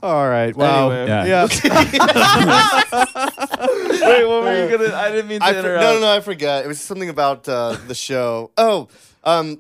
S1: All right. Wow.
S3: Anyway.
S4: Yeah.
S1: Yeah.
S3: Wait, what were you gonna I didn't mean to
S2: I for-
S3: interrupt.
S2: no, no, no, I forgot. It was something about uh, the show. Oh, um,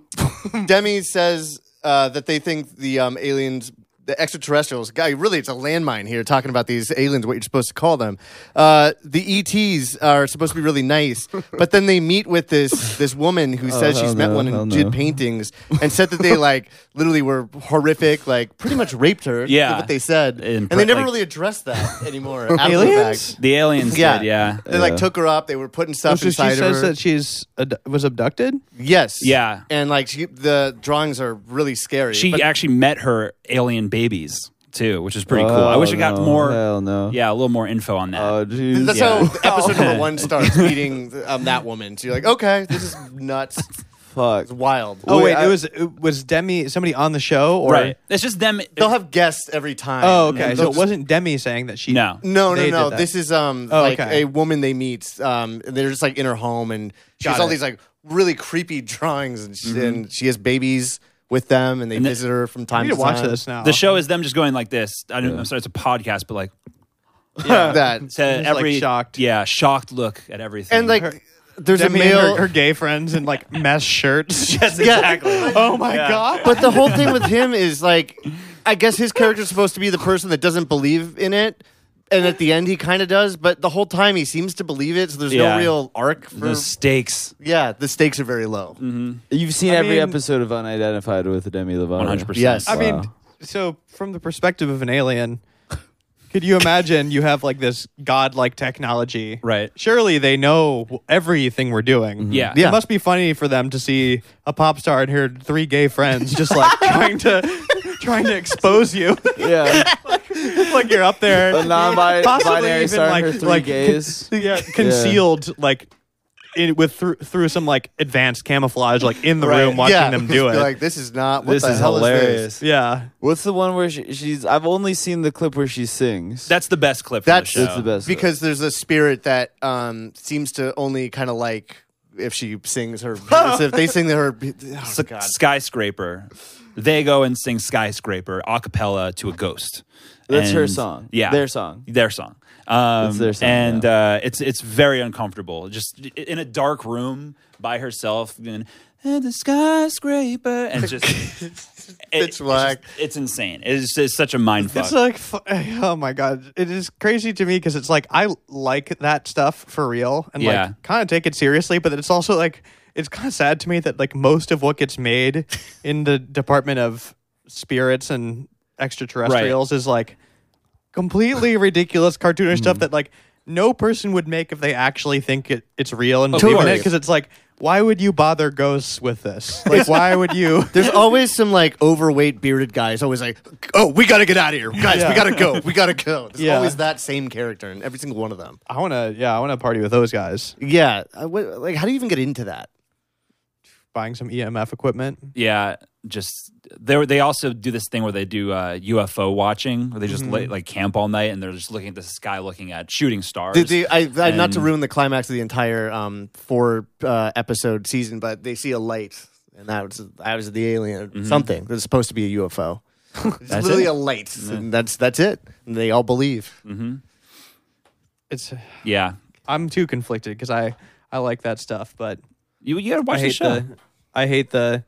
S2: Demi says uh, that they think the um, aliens, the extraterrestrials, guy, really, it's a landmine here talking about these aliens, what you're supposed to call them. Uh, the ETs are supposed to be really nice, but then they meet with this this woman who says
S3: Oh, hell
S2: she's met
S3: no,
S2: one
S3: hell
S2: and
S3: no.
S2: did paintings and said that they, like, literally were horrific, like, pretty much raped her. is
S4: Yeah.
S2: What they said.
S4: And
S2: And,
S4: pre-
S2: they never
S4: like-
S2: really addressed that anymore. after the fact.
S1: Aliens?
S4: the aliens
S2: Yeah.
S4: did, yeah.
S2: They like took her up. They were putting stuff
S1: so she
S2: inside of
S1: says
S2: her.
S1: that she's ad- was abducted.
S2: Yes.
S4: Yeah.
S2: And like she, the drawings are really scary.
S4: She
S2: but
S4: actually met her alien babies too, which is pretty cool.
S3: Oh,
S4: I wish I got
S3: no.
S4: more.
S3: Hell no.
S4: Yeah, a little more info on that.
S3: Oh jeez.
S2: that's
S4: yeah. Oh.
S2: how episode number one starts meeting um, that woman. So you're like, okay, this is nuts.
S3: Fuck.
S2: It's wild.
S1: Oh
S3: Wait,
S1: wait,
S3: I-
S1: it was it was Demi somebody on the show or
S4: right. It's just them.
S2: They'll have guests every time.
S1: Oh okay, so
S2: They'll
S1: it wasn't Demi saying that she
S4: No.
S2: No,
S1: they
S2: no,
S1: did
S2: no.
S1: that.
S2: This is um
S1: Oh,
S2: like
S1: okay.
S2: a woman they meet. Um, and they're just like in her home, and she has
S1: Got
S2: all
S1: it.
S2: these like really creepy drawings, and she, and she has babies with them, and they
S4: the-
S2: visit her from
S1: Mm-hmm. I
S2: time
S1: need
S2: to
S1: to watch
S2: time.
S1: this now.
S4: the show is them just going like this. I don't, I'm sorry, it's a podcast, but like
S2: That
S4: to
S1: like,
S4: every
S1: shocked.
S4: yeah, shocked look at everything.
S2: and like there's
S1: Demi
S2: a
S1: and
S2: male.
S1: her, her gay friends in like mesh shirts.
S4: yes,
S2: Yeah.
S4: exactly.
S1: oh my god.
S2: But the whole thing with him is like, I guess his character's supposed to be the person that doesn't believe in it. and at the end he kind of does, but the whole time he seems to believe it. So there's
S4: Yeah.
S2: no real arc for.
S4: The stakes.
S2: yeah, the stakes are very low.
S3: You've seen
S1: I
S3: every
S1: mean-
S3: episode of Unidentified with Demi Lovato.
S4: 100%.
S2: Yes.
S1: I mean,
S3: Wow.
S1: so from the perspective of an alien, could you imagine you have like this godlike technology?
S4: Right.
S1: Surely they know w- everything we're doing.
S4: Yeah.
S1: It must be funny for them to see a pop star and her three gay friends just like trying to trying to expose you.
S3: Yeah,
S1: like you're up there.
S3: a
S1: possibly
S3: non-binary
S1: even
S3: star
S1: like
S3: and her three
S1: like
S3: gays.
S1: con- yeah, concealed like in, with through through some like advanced camouflage like in the room watching
S2: yeah.
S1: them do
S2: You're
S1: it.
S2: like this is not. What
S3: This
S2: the
S3: is
S2: hell Is this?
S3: hilarious.
S1: yeah.
S3: What's the one where she, she's? I've only seen the clip where she sings.
S4: That's the best clip from
S2: That's
S4: the show.
S3: That's the best.
S2: because there's a spirit that um, seems to only kind of like if she sings her if they sing her oh,
S4: S-
S2: God.
S4: skyscraper. They go and sing skyscraper a cappella to a ghost.
S3: That's her
S4: And-
S3: song.
S4: Yeah,
S3: Their song.
S4: Their song. Um,
S3: It's their song,
S4: and uh, it's it's very uncomfortable. Just i- in a dark room by herself and, and the skyscraper and just
S2: Pitch black.
S4: It's, just- it's insane. It's just such a mind fuck.
S1: It's like, fu- oh my god, it is crazy to me because it's like I like that stuff for real and
S4: Yeah.
S1: like kind of take it seriously, but it's also like it's kind of sad to me that like most of what gets made in the Department of Spirits and Extraterrestrials is like completely ridiculous cartoonish stuff that like no person would make if they actually think it, it's real and believe in it
S4: course.
S1: because it's like why would you bother ghosts with this? Like why would you?
S2: There's always some like overweight bearded guys always like, oh, we gotta get out of here, guys. We gotta go. We gotta go. There's
S1: Yeah.
S2: always that same character in every single one of them.
S1: I want to yeah, I want to party with those guys.
S2: Yeah, I w- like how do you even get into that?
S1: Buying some EMF equipment.
S4: yeah, just they they also do this thing where they do uh, UFO watching, where they just lay, like camp all night and they're just looking at the sky, looking at shooting stars.
S2: Did they, I, I, not to
S4: And-
S2: ruin the climax of the entire um, four uh, episode season, but they see a light, and that was that was the alien something that's supposed to be a UFO. it's
S4: That's
S2: literally
S4: it?
S2: a light. And that's that's it. And they all believe.
S1: It's
S4: yeah,
S1: I'm too conflicted because I I like that stuff, but
S4: you you gotta watch
S1: I
S4: the
S1: hate
S4: show.
S1: the I hate the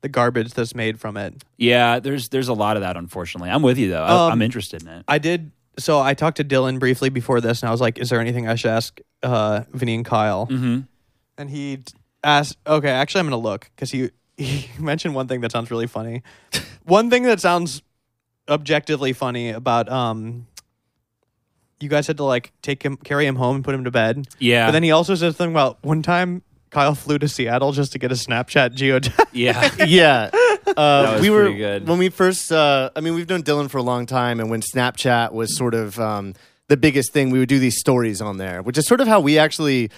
S1: the garbage that's made from it.
S4: Yeah, there's there's a lot of that. Unfortunately, I'm with you though. I,
S1: Um,
S4: I'm interested in it.
S1: I did so I talked to Dylan briefly before this, and I was like, "Is there anything I should ask uh, Vinny and Kyle?" Mm-hmm. And he d- asked, "Okay, actually, I'm gonna look because he he mentioned one thing that sounds really funny. one thing that sounds objectively funny about um." You guys had to like take him, carry him home, and put him to bed.
S4: Yeah.
S1: But then he also said something about one time Kyle flew to Seattle just to get a Snapchat geotag.
S4: yeah,
S2: yeah. Uh,
S4: was
S2: we were
S4: pretty good.
S2: when we first. Uh, I mean, we've known Dylan for a long time, and when Snapchat was sort of um, the biggest thing, we would do these stories on there, which is sort of how we actually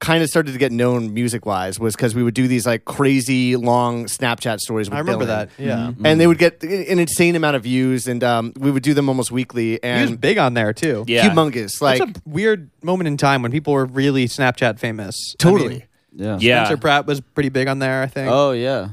S2: kind of started to get known music wise, was because we would do these like crazy long Snapchat stories. With
S1: I remember
S2: Dylan.
S1: that. Yeah.
S2: And they would get an insane amount of views, and um, we would do them almost weekly.
S1: He was
S2: And
S1: big on there too.
S4: yeah.
S2: humongous, like
S1: It's a weird moment in time when people were really Snapchat famous. I
S2: totally.
S1: mean,
S3: Yeah.
S4: Yeah.
S1: Spencer Pratt was pretty big on there, I think.
S3: Oh yeah.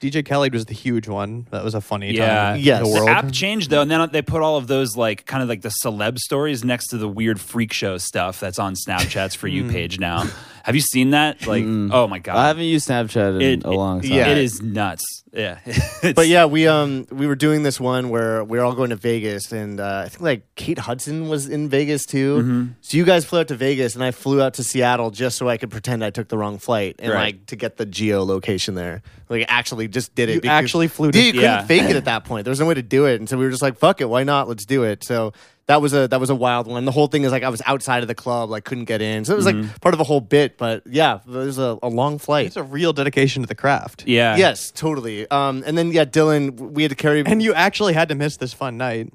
S1: DJ Kelly was the huge one. That was a funny
S4: Yeah.
S1: time.
S2: Yes.
S1: In the
S4: The
S1: world.
S4: app changed though, and then they put all of those like kind of like the celeb stories next to the weird freak show stuff that's on Snapchat's for you page now. Have you seen that? Like, oh my god,
S3: I haven't used Snapchat in
S4: It-
S3: a long time.
S2: yeah.
S4: it is nuts. Yeah, It's-
S2: But yeah, we um we were doing this one where we were all going to Vegas, and uh, I think like Kate Hudson was in Vegas too.
S1: Mm-hmm.
S2: So you guys flew out to Vegas, and I flew out to Seattle just so I could pretend I took the wrong flight and
S4: Right.
S2: like to get the geo location there. Like actually just did it.
S1: You actually flew to-
S2: Yeah, you couldn't
S4: Yeah.
S2: fake it at that point. There was no way to do it, and so we were just like, "Fuck it, why not? Let's do it." So. That was a that was a wild one. The whole thing is like I was outside of the club, like couldn't get in. So it was like part of a whole bit. But yeah, it was a, a long flight.
S1: It's Mm-hmm. a real dedication to the craft.
S4: yeah,
S2: yes, totally. Um, and then yeah, Dylan, we had to carry.
S1: And you actually had to miss this fun night.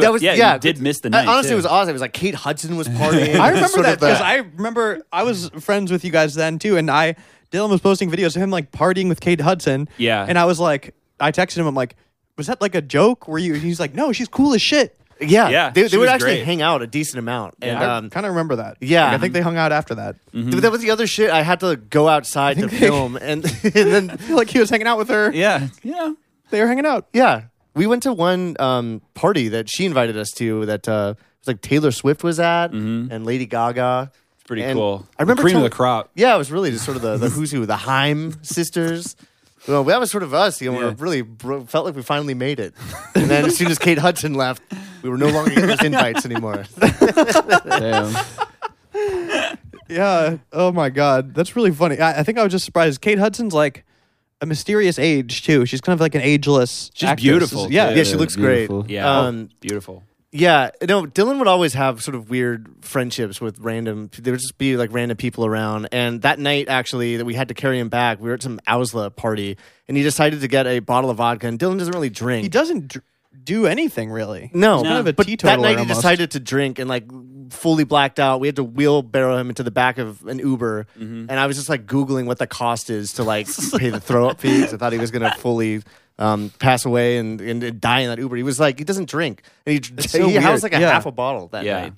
S2: That was
S4: yeah,
S2: yeah.
S4: you did miss the
S2: Uh,
S4: night.
S2: honestly,
S4: too.
S2: it was awesome. It was like Kate Hudson was partying.
S1: I
S2: It was
S1: remember
S2: sort
S1: that
S2: of
S1: because
S2: the-
S1: I remember I was friends with you guys then too, and I Dylan was posting videos of him like partying with Kate Hudson.
S4: Yeah.
S1: And I was like, I texted him. I'm like, was that like a joke? Were you? And he's like, no, she's cool as shit.
S2: yeah,
S4: Yeah,
S2: they, they
S4: she
S2: would
S4: was
S2: actually
S4: great.
S2: hang out a decent amount. And
S1: I
S2: um,
S1: kind of remember that.
S2: yeah.
S1: Like, I think they hung out after that.
S2: th-
S4: mm-hmm.
S2: that was the other shit. I had to go outside to film, and and then
S1: I feel like he was hanging out with her.
S4: yeah, yeah.
S1: They were hanging out.
S2: yeah, we went to one um, party that she invited us to. That uh, was like Taylor Swift was at, and Lady Gaga. It's
S4: Mm-hmm. pretty cool.
S2: I remember
S4: The cream of
S2: tell-
S4: the crop.
S2: Yeah, it was really just sort of the, the who's who, the Heim sisters. Well, that was sort of us. You know,
S4: Yeah.
S2: we really bro- felt like we finally made it. And then as soon as Kate Hudson left, We were no longer getting those invites anymore.
S3: Damn.
S1: Yeah. Oh my God, that's really funny. I, I think I was just surprised. Kate Hudson's like a mysterious age too. She's kind of like an ageless.
S4: She's
S1: actress.
S4: beautiful,
S1: Yeah.
S4: too.
S2: yeah, she looks
S3: Beautiful.
S2: great.
S4: Yeah, Oh,
S2: Um,
S4: beautiful.
S2: Yeah, no, Dylan would always have sort of weird friendships with random. There would just be like random people around. And that night, actually, that we had to carry him back, we were at some Ausla party, and he decided to get a bottle of vodka. And Dylan doesn't really drink.
S1: He doesn't dr- do anything really.
S2: No,
S1: He's kind of a
S2: but
S1: teetotaler
S2: that night he
S1: almost.
S2: decided to drink and like fully blacked out. We had to wheelbarrow him into the back of an Uber,
S1: Mm-hmm.
S2: and I was just like googling what the cost is to like pay the throw up fees. I thought he was going to fully um, pass away and, and die in that Uber. He was like, he doesn't drink, and he
S1: so
S2: he
S1: weird.
S2: housed like a
S1: Yeah.
S2: half a bottle that
S4: Yeah.
S2: night.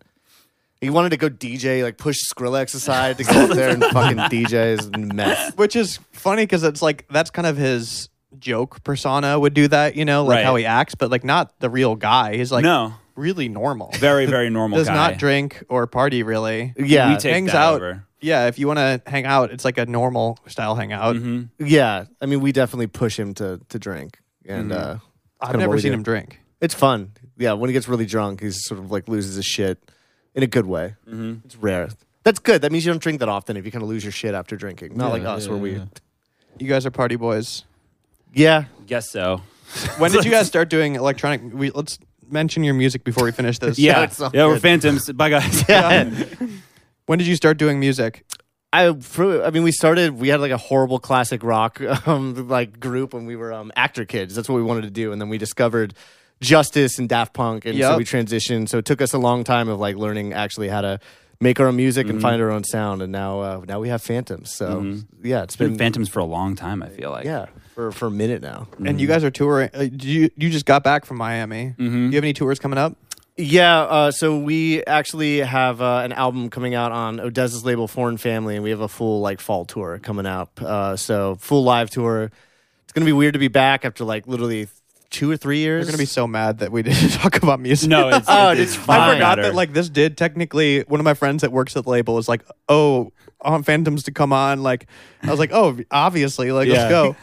S2: He wanted to go DJ, like push Skrillex aside to go up there and fucking DJ is a mess.
S1: which is funny because it's like that's kind of his joke persona would do that. You know, like
S4: Right.
S1: how he acts, but like not the real guy. He's like
S4: No.
S1: really normal.
S4: Very, very normal
S1: Does
S4: guy.
S1: not drink or party really.
S2: Yeah,
S4: we take
S1: hangs
S4: that
S1: out.
S4: over.
S1: Yeah, if you want to hang out, it's like a normal style hangout.
S4: Mm-hmm.
S2: yeah. I mean, we definitely push him to to drink, and
S1: Mm-hmm.
S2: uh,
S1: I've
S2: kinda what
S1: never
S2: we
S1: seen
S2: do.
S1: him drink.
S2: It's fun. Yeah, when he gets really drunk, he sort of like loses his shit in a good way. Mm-hmm. It's rare. That's good. That means you don't drink that often if you kind of lose your shit after drinking. Not like us, where we. Yeah.
S1: You guys are party boys.
S4: Guess so.
S1: When did you guys start doing electronic? We, let's mention your music before we finish this.
S4: Yeah,
S2: it's not
S4: yeah, we're
S2: good.
S4: phantoms. Bye guys.
S1: When did you start doing music?
S2: I, for, I mean, we started. We had like a horrible classic rock um, like group when we were um, actor kids. That's what we wanted to do, and then we discovered Justice and Daft Punk, and so
S1: Yep.
S2: we transitioned. So it took us a long time of like learning actually how to make our own music and find our own sound. And now, uh, now we have Phantoms. So yeah, it's
S4: Been
S2: been,
S4: phantoms for a long time. I feel like.
S2: yeah for for a minute now.
S4: Mm-hmm.
S1: And you guys are touring. Uh, do you you just got back from Miami. Do you have any tours coming up?
S2: Yeah, uh, so we actually have uh, an album coming out on Odessa's label, Foreign Family, and we have a full like fall tour coming up. Uh, so full live tour. It's gonna be weird to be back after like literally two or three years.
S1: They're gonna be so mad that we didn't talk about music.
S4: No, it's,
S2: Oh,
S4: it's,
S2: it's
S4: it's fine.
S1: I forgot
S4: Matter.
S1: that like this did technically one of my friends that works at the label was like, Oh, I want Phantoms to come on. Like I was like, Oh, obviously, like
S4: Yeah.
S1: let's go.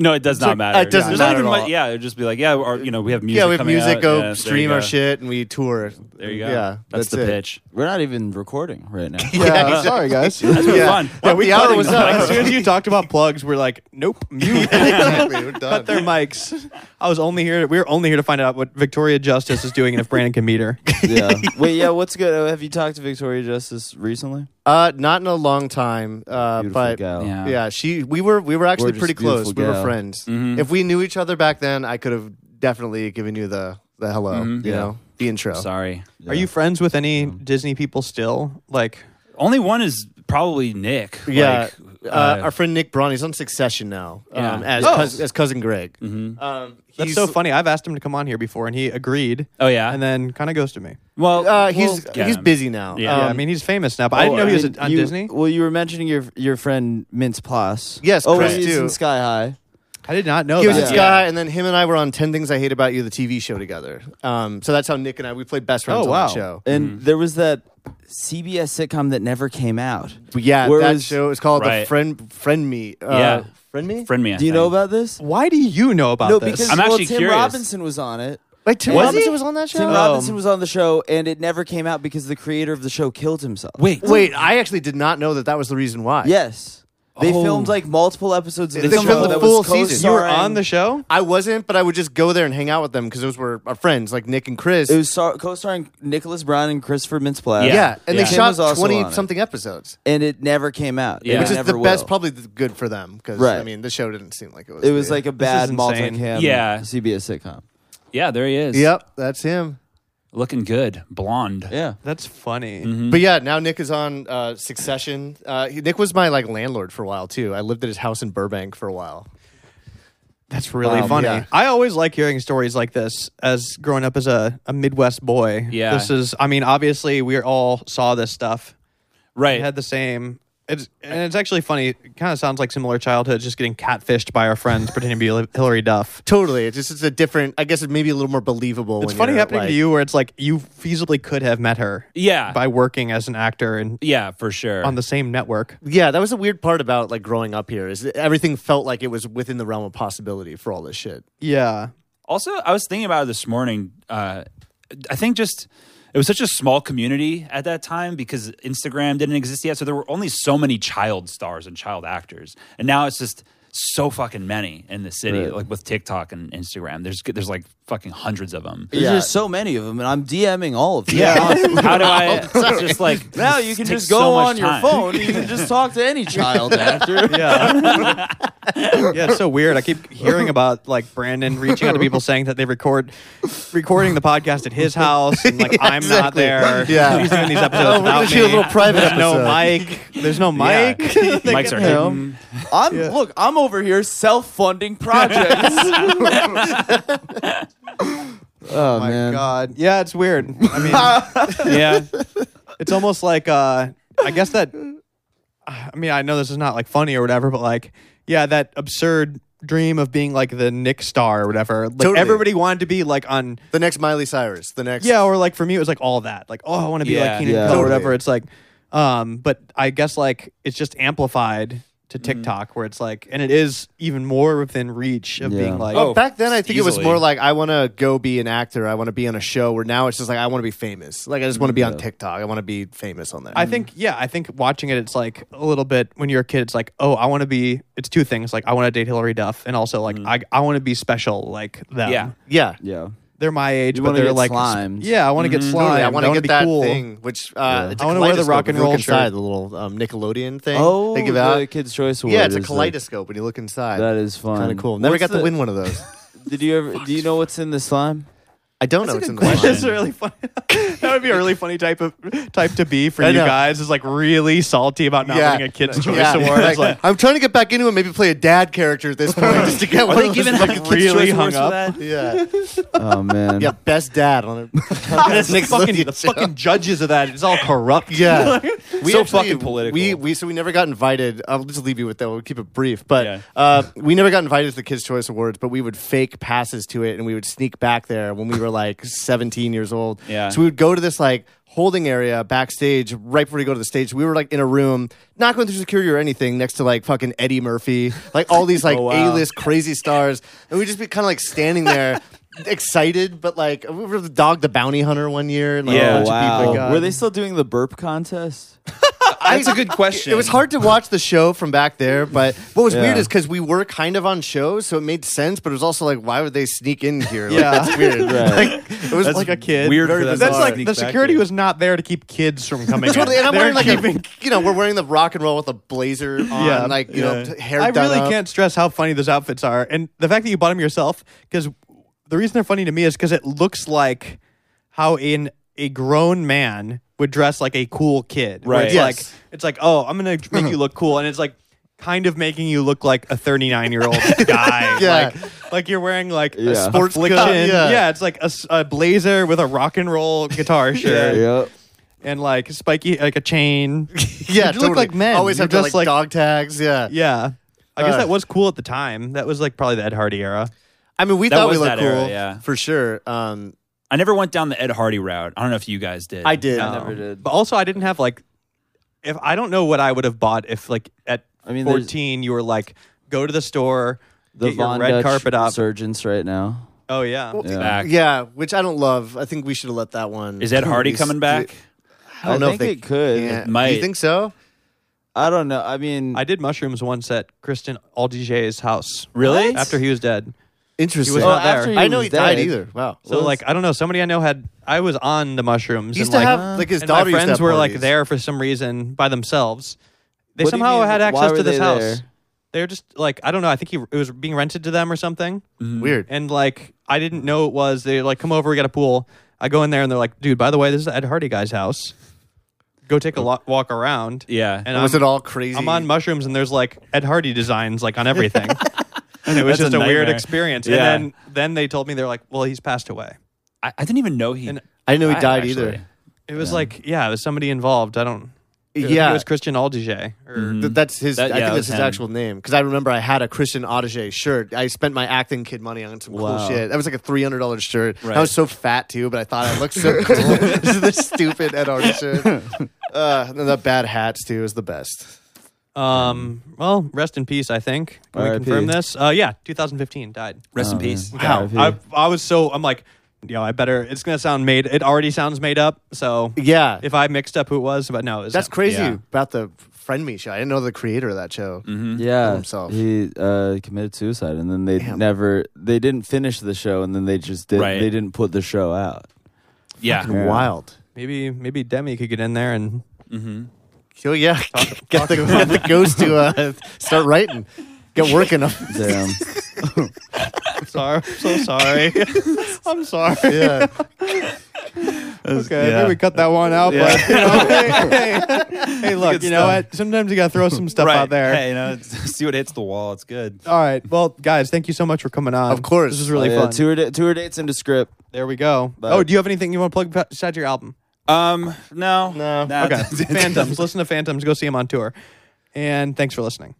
S4: No, it does not matter.
S2: it doesn't
S4: There's
S2: matter
S4: even
S2: at
S4: much-
S2: all.
S4: Yeah, it'd just be like, yeah, or you know, we have music.
S2: yeah, we have
S4: coming
S2: music.
S4: out.
S2: Go
S4: Yeah, there you
S2: stream
S4: go.
S2: our shit and we tour.
S4: There you go.
S2: Yeah,
S4: that's, the
S2: it.
S4: pitch.
S3: We're not even recording right now.
S1: Yeah, sorry guys.
S4: It's been
S2: Yeah.
S4: fun.
S2: Yeah, we thought it was
S1: as
S2: up.
S1: soon as you talked about plugs, we're like, Nope, mute
S2: exactly, we're done.
S1: cut their mics. I was only here we were only here to find out what Victoria Justice is doing and if Brandon can meet her.
S3: yeah. Wait, yeah, what's good? Oh, Have you talked to Victoria Justice recently?
S2: Uh, not in a long time, uh,
S3: Beautiful
S2: but
S3: gal.
S4: Yeah.
S2: yeah, she we were we were actually
S3: Gorgeous,
S2: pretty close.
S3: beautiful
S2: We were
S3: gal.
S2: friends. If we knew each other back then, I could have definitely given you the the hello, you
S3: Yeah.
S2: know, the intro.
S4: Sorry.
S1: Are you friends with any Disney people still? Like
S4: Only one is probably Nick.
S2: Yeah,
S4: Like,
S2: uh, our friend Nick Braun, he's on Succession now
S4: Yeah.
S2: um, as,
S1: Oh.
S2: cous- as cousin Greg. Um,
S1: that's
S2: he's-
S1: so funny. I've asked him to come on here before and he agreed.
S4: Oh, yeah?
S1: And then kinda ghosted me.
S4: well,
S2: Uh, he's
S4: yeah.
S2: he's busy now.
S4: Yeah.
S2: Um,
S1: yeah, I mean he's famous now, but Oh, I didn't know he was
S3: And
S1: on
S3: oh, you-
S1: Disney.
S3: Well, you were mentioning your your friend Mince Plus.
S2: Yes,
S3: oh,
S2: correct.
S3: he's
S2: Too.
S3: in Sky High.
S1: I did not know
S2: he
S1: that.
S2: was this
S3: Yeah.
S2: guy, and then him and I were on Ten Things I Hate About You, the TV show together. Um, so that's how Nick and I we played best friends
S1: Oh,
S2: on
S1: wow.
S2: that show.
S3: And there was that CBS sitcom that never came out.
S2: Yeah,
S3: Where
S2: that
S3: was-
S2: show is called the
S4: Right.
S2: Friend Friend Me. Uh,
S4: Yeah.
S2: Friend Me.
S4: friend me. I
S3: Do you
S4: think.
S3: know about this?
S1: Why do you know about
S3: no,
S1: this?
S3: because
S4: I'm
S3: well,
S4: actually
S3: Tim
S4: curious.
S3: Robinson was on it.
S2: Wait, Tim
S3: Was
S2: Robinson
S3: he?
S2: was on that show.
S3: Tim
S1: Um,
S3: Robinson was on the show, and it never came out because the creator of the show killed himself.
S4: Wait.
S2: Wait, I actually did not know that that was the reason why.
S3: Yes. They
S4: Oh.
S3: filmed like multiple episodes of
S2: They
S3: the show
S2: filmed the
S3: that
S2: full
S3: was co-starring.
S2: season.
S1: you were on the show.
S2: I wasn't, but I would just go there and hang out with them because those were our friends, like Nick and Chris.
S3: It was star- co-starring Nicholas Brown and Christopher Mintz-Plasse.
S2: yeah.
S4: Yeah.
S2: and
S4: Yeah.
S2: they
S3: Tim
S2: shot
S3: was also on
S2: twenty
S3: it.
S2: something episodes,
S3: and it never came out.
S4: Yeah.
S3: It
S2: which is
S3: never
S2: the
S3: will.
S2: best, probably th- good for them because I
S3: Right.
S2: mean the show didn't seem like it was.
S3: It was
S2: the-
S3: like a bad
S1: insane.
S3: multicam
S4: Yeah.
S3: CBS sitcom.
S4: Yeah, there he is.
S2: yep, that's him.
S4: Looking good, blonde.
S3: Yeah.
S1: That's funny.
S3: Mm-hmm.
S2: But yeah, now Nick is on uh, Succession. Uh, he- Nick was my like landlord for a while too. I lived at his house in Burbank for a while.
S1: That's really
S2: Um,
S1: funny.
S2: yeah.
S1: I always like hearing stories like this as growing up as a, a Midwest boy.
S4: Yeah.
S1: This is, I mean, obviously, we all saw this stuff.
S4: Right.
S1: We had the same. It's, and it's actually funny. It kind of sounds like similar childhood, just getting catfished by our friends pretending to be Hil- Hillary Duff.
S2: Totally, it's just it's a different. I guess it may be a little more believable.
S1: It's
S2: when
S1: funny
S2: you're,
S1: happening
S2: like-
S1: to you where it's like you feasibly could have met her
S4: yeah.
S1: by working as an actor and
S4: yeah, for sure.
S1: on the same network.
S2: Yeah, that was a weird part about like growing up here is that everything felt like it was within the realm of possibility for all this shit.
S1: Yeah.
S4: Also, I was thinking about it this morning. Uh, I think just it was such a small community at that time because Instagram didn't exist yet, so there were only so many child stars and child actors, and now it's just so fucking many in the city,
S3: Right.
S4: like with TikTok and Instagram. There's there's like fucking hundreds of them.
S3: There's
S2: Yeah.
S3: just so many of them, and I'm DMing all of them.
S4: How do I just like
S3: now you can
S4: takes
S3: just go
S4: so much
S3: on your
S4: time.
S3: phone. and You can just talk to any child actor.
S1: Yeah. yeah, it's so weird. I keep hearing about like Brandon reaching out to people saying that they record recording the podcast at his house and like I'm not
S2: exactly.
S1: there.
S2: Yeah.
S1: He's doing these episodes
S2: Oh, we're
S1: without
S2: gonna
S1: me.
S2: do a little private
S1: There's no
S2: episode.
S1: mic. There's no
S4: Yeah.
S1: mic.
S4: Mics are
S3: you know.
S4: hidden.
S3: I'm look. I'm over here self-funding projects. oh
S1: my
S3: man.
S1: god. Yeah, it's weird. I mean,
S4: Yeah.
S1: it's almost like uh I guess that I mean, I know this is not like funny or whatever, but like yeah, that absurd dream of being like the Nick star or whatever. Like
S2: Totally.
S1: everybody wanted to be like on
S2: The next Miley Cyrus. The next.
S1: Yeah, or like for me, it was like all that. Like, oh, I want to be
S4: Yeah.
S1: like Keenan
S3: Yeah.
S1: Cole or
S2: Totally.
S1: whatever. It's like, um, but I guess like it's just amplified to TikTok where it's like, and it is even more within reach of
S3: Yeah.
S1: being like,
S4: Oh.
S2: Back then, I think it was
S4: Easily.
S2: more like I want to go be an actor. I want to be on a show. Where now it's just like I want to be famous. Like I just want to be on TikTok. I want to be famous on there.
S1: I think, yeah, I think watching it, it's like a little bit when you're a kid, it's like, oh, I want to be, it's two things. Like, I want to date Hillary Duff, and also like, I, I want to be special like them.
S4: Yeah.
S2: Mm-hmm. yeah.
S3: Yeah.
S1: They're my age,
S3: You
S1: but
S3: wanna
S1: they're
S3: get
S1: like,
S3: slimed.
S1: yeah, I want to get
S2: Totally,
S1: slimed.
S2: Mm-hmm. I want to
S1: wanna
S2: get
S1: be
S2: that
S1: cool.
S2: thing, which uh, it's a
S1: I wanna wear the
S2: kaleidoscope.
S1: rock and
S2: If you
S1: roll
S2: look inside
S1: shirt.
S2: the little um, Nickelodeon thing.
S3: Oh,
S2: they give
S3: the
S2: out.
S3: Kids Choice Award.
S2: Yeah, it's a
S3: is the-
S2: kaleidoscope when you look inside.
S3: That is fun.
S2: kind of cool. Never
S3: What's
S2: got to
S3: the-
S2: win one of those.
S3: Did you ever? Do you know what's in the slime?
S2: I don't know.
S4: That's
S2: It's
S4: a
S2: in
S4: good
S2: the line.
S4: question.
S1: That's really funny. that would be a really funny type of type to be for
S2: I
S1: you
S2: know.
S1: guys. Is like really salty about not winning a Kids' Choice
S2: Yeah.
S1: Award. It's like,
S2: I'm trying to get back into it. Maybe play a dad character at this point, just to get one
S4: Are they
S2: of those
S4: giving
S2: fucking
S4: like
S2: kids'
S1: really
S2: choice
S1: hung
S2: awards for
S1: up?
S2: that? Yeah,
S3: Oh man.
S2: yeah, best dad on it.
S1: the fucking, the fucking judges of that. It's all corrupt.
S2: Yeah,
S4: We
S2: so
S4: actually-
S2: fucking
S4: political.
S2: We we so we never got invited. I'll just leave you with that. We'll keep it brief, but
S4: Yeah.
S2: uh, we never got invited to the Kids Choice Awards. But we would fake passes to it, and we would sneak back there when we were like 17 years old.
S4: Yeah.
S2: So we would go to this like holding area backstage right before we go to the stage. We were like in a room, not going through security or anything, next to like fucking Eddie Murphy, like all these like
S4: Oh, wow.
S2: A-list crazy stars, and we just be kind of like standing there. Excited, but like we were the dog, the bounty hunter one year. Like, a
S4: Yeah.
S2: bunch of people.
S1: people got-
S3: Oh, Were they still doing the burp contest?
S4: That's a good question.
S2: It was hard to watch the show from back there, but what was
S3: Yeah.
S2: weird is because we were kind of on shows, so it made sense. But it was also like, why would they sneak in here? Like,
S1: Yeah.
S2: that's weird.
S3: Right.
S2: Like, it was
S1: That's
S2: like
S1: like a kid.
S4: Weird for them to
S1: That's like
S4: sneak
S1: the
S4: back
S1: security
S4: in.
S1: was not there to keep kids from coming.
S2: Totally,
S1: in.
S2: and I'm
S1: They're
S2: wearing like
S1: keeping-
S2: a, you know, we're wearing the rock and roll with a blazer on,
S1: Yeah.
S2: like you know, t- hair.
S1: I
S2: done
S1: really
S2: up.
S1: can't stress how funny those outfits are, and the fact that you bought them yourself. Because the reason they're funny to me is because it looks like how in a grown man would dress like a cool kid. where
S4: Right.
S1: It's
S2: Yes.
S1: like it's like oh, I'm gonna make you look cool, and it's like kind of making you look like a 39 year old guy.
S2: Yeah.
S1: Like, like you're wearing like
S3: Yeah.
S1: a
S2: Sports
S1: sports affliction.
S2: cup, yeah.
S1: yeah. it's like a, s- a blazer with a rock and roll guitar shirt
S3: Yep.
S1: and like spiky like a chain. you
S2: Yeah,
S1: look
S2: totally.
S1: like men.
S2: Always
S1: You're
S2: have the,
S1: just
S2: like,
S1: like-
S2: dog tags. Yeah.
S1: Yeah. I guess
S2: Uh.
S1: that was cool at the time. That was like probably the Ed Hardy era.
S2: I mean, we
S4: That
S2: thought we
S4: was
S2: looked
S4: that
S2: cool,
S4: era, yeah.
S2: for sure. Um,
S4: I never went down the Ed Hardy route. I don't know if you guys did.
S2: I did.
S3: I never did.
S1: But also, I didn't have like, if I don't know what I would have bought if like at
S3: I mean, there's-
S1: 14 you were like, go to the store,
S3: The
S1: get your
S3: Von
S1: red
S3: Dutch
S1: carpet up.
S3: resurgence right now.
S1: Oh yeah.
S3: Yeah.
S4: Back.
S2: yeah, which I don't love. I think we should have let that one.
S4: Is Ed Hardy
S2: Please.
S4: coming back?
S2: I don't know
S3: think
S2: if they
S3: it could.
S2: Yeah. You
S4: might.
S2: think so?
S3: I don't know. I mean,
S1: I did mushrooms once at Kristen Aldige's house.
S4: Really?
S1: After he was dead.
S2: Interesting.
S1: was not there.
S3: after
S2: I know
S3: was
S2: he died
S3: dead-
S2: either. Wow.
S1: So
S3: Well,
S1: like I don't know. Somebody I know had I was on the mushrooms.
S2: He used
S1: and,
S2: to
S1: like,
S2: have like his
S1: and my
S2: daughter. used to
S1: friends
S2: have
S1: were like
S2: parties.
S1: there for some reason by themselves. They
S3: What do you
S1: somehow
S3: mean?
S1: had
S3: Why
S1: access
S3: were
S1: to this
S3: they
S1: house.
S3: there?
S1: They're just like I don't know. I think he it was being rented to them or something.
S4: Mm-hmm.
S2: Weird.
S1: And like I didn't know it was. They like come over. We got a pool. I go in there and they're like, dude. By the way, this is the Ed Hardy guy's house. Go take a lo- walk around.
S4: Oh. Yeah.
S1: And
S2: Or was
S1: I'm,
S2: it all crazy?
S1: um, I'm on mushrooms and there's like Ed Hardy designs like on everything. and it was
S4: That's a
S1: just a, weird
S4: nightmare.
S1: experience.
S4: Yeah.
S1: And then then they told me they're like, well, he's passed away.
S4: I, I didn't even know he.
S1: And-
S2: I didn't know he
S4: died,
S2: died
S4: actually.
S2: either.
S1: It was like, yeah, it was somebody involved. I don't. it-
S2: Yeah.
S1: it was Christian Aldige. Or
S2: Th- that's his. I
S4: That- yeah,
S2: think
S4: it
S2: that's
S4: was
S2: his
S4: him.
S2: actual name because I remember I had a Christian Audige shirt. I spent my acting kid money on some cool
S3: Wow.
S2: shit. That was like a three hundred dollars shirt.
S4: Right.
S2: I was so fat too, but I thought I looked so cool. this is this stupid Ed Hardy shirt. Uh, and the bad hats too is the best.
S1: um, well, rest in peace. I think can we
S3: RIP.
S2: Oh,
S1: confirm this? Uh, yeah, 2015 died.
S4: Rest in peace.
S3: Wow.
S1: I, I was so I'm like, you know, I better. It's gonna sound made. It already sounds made up. So
S2: Yeah.
S1: if I mixed up who it was, but no, it was
S2: That's
S1: him.
S2: crazy
S4: Yeah.
S2: about the Friend Me show. I didn't know the creator of that show.
S1: Mm-hmm.
S3: Yeah,
S2: himself.
S3: he uh, committed suicide, and then they
S2: Damn.
S3: never they didn't finish the show, and then they just did
S4: Right.
S3: they didn't put the show out.
S4: Yeah.
S2: Fucking Wild.
S1: Maybe maybe Demi could get in there and
S2: So yeah, get the, get the ghost to uh, start writing. Get working on
S3: Damn.
S1: sorry. I'm so sorry. I'm sorry.
S2: Yeah.
S1: Okay,
S4: yeah.
S1: maybe we cut that one out. But you know, hey, hey, hey, look,
S4: Good
S1: you know
S4: stuff.
S1: what? Sometimes you gotta throw some stuff out there.
S4: Hey, you know, see what hits the wall. It's good.
S1: All right, well, guys, thank you so much for coming on.
S2: Of course.
S1: this is really
S3: Oh, yeah,
S1: fun.
S3: tour da- tour dates into script.
S1: there we go.
S3: But-
S1: oh, do you have anything you want to plug besides your album?
S4: Um, no,
S2: No.
S4: Nah,
S1: Okay,
S4: that's-
S1: Phantoms. Listen to Phantoms. Go see them on tour. And thanks for listening.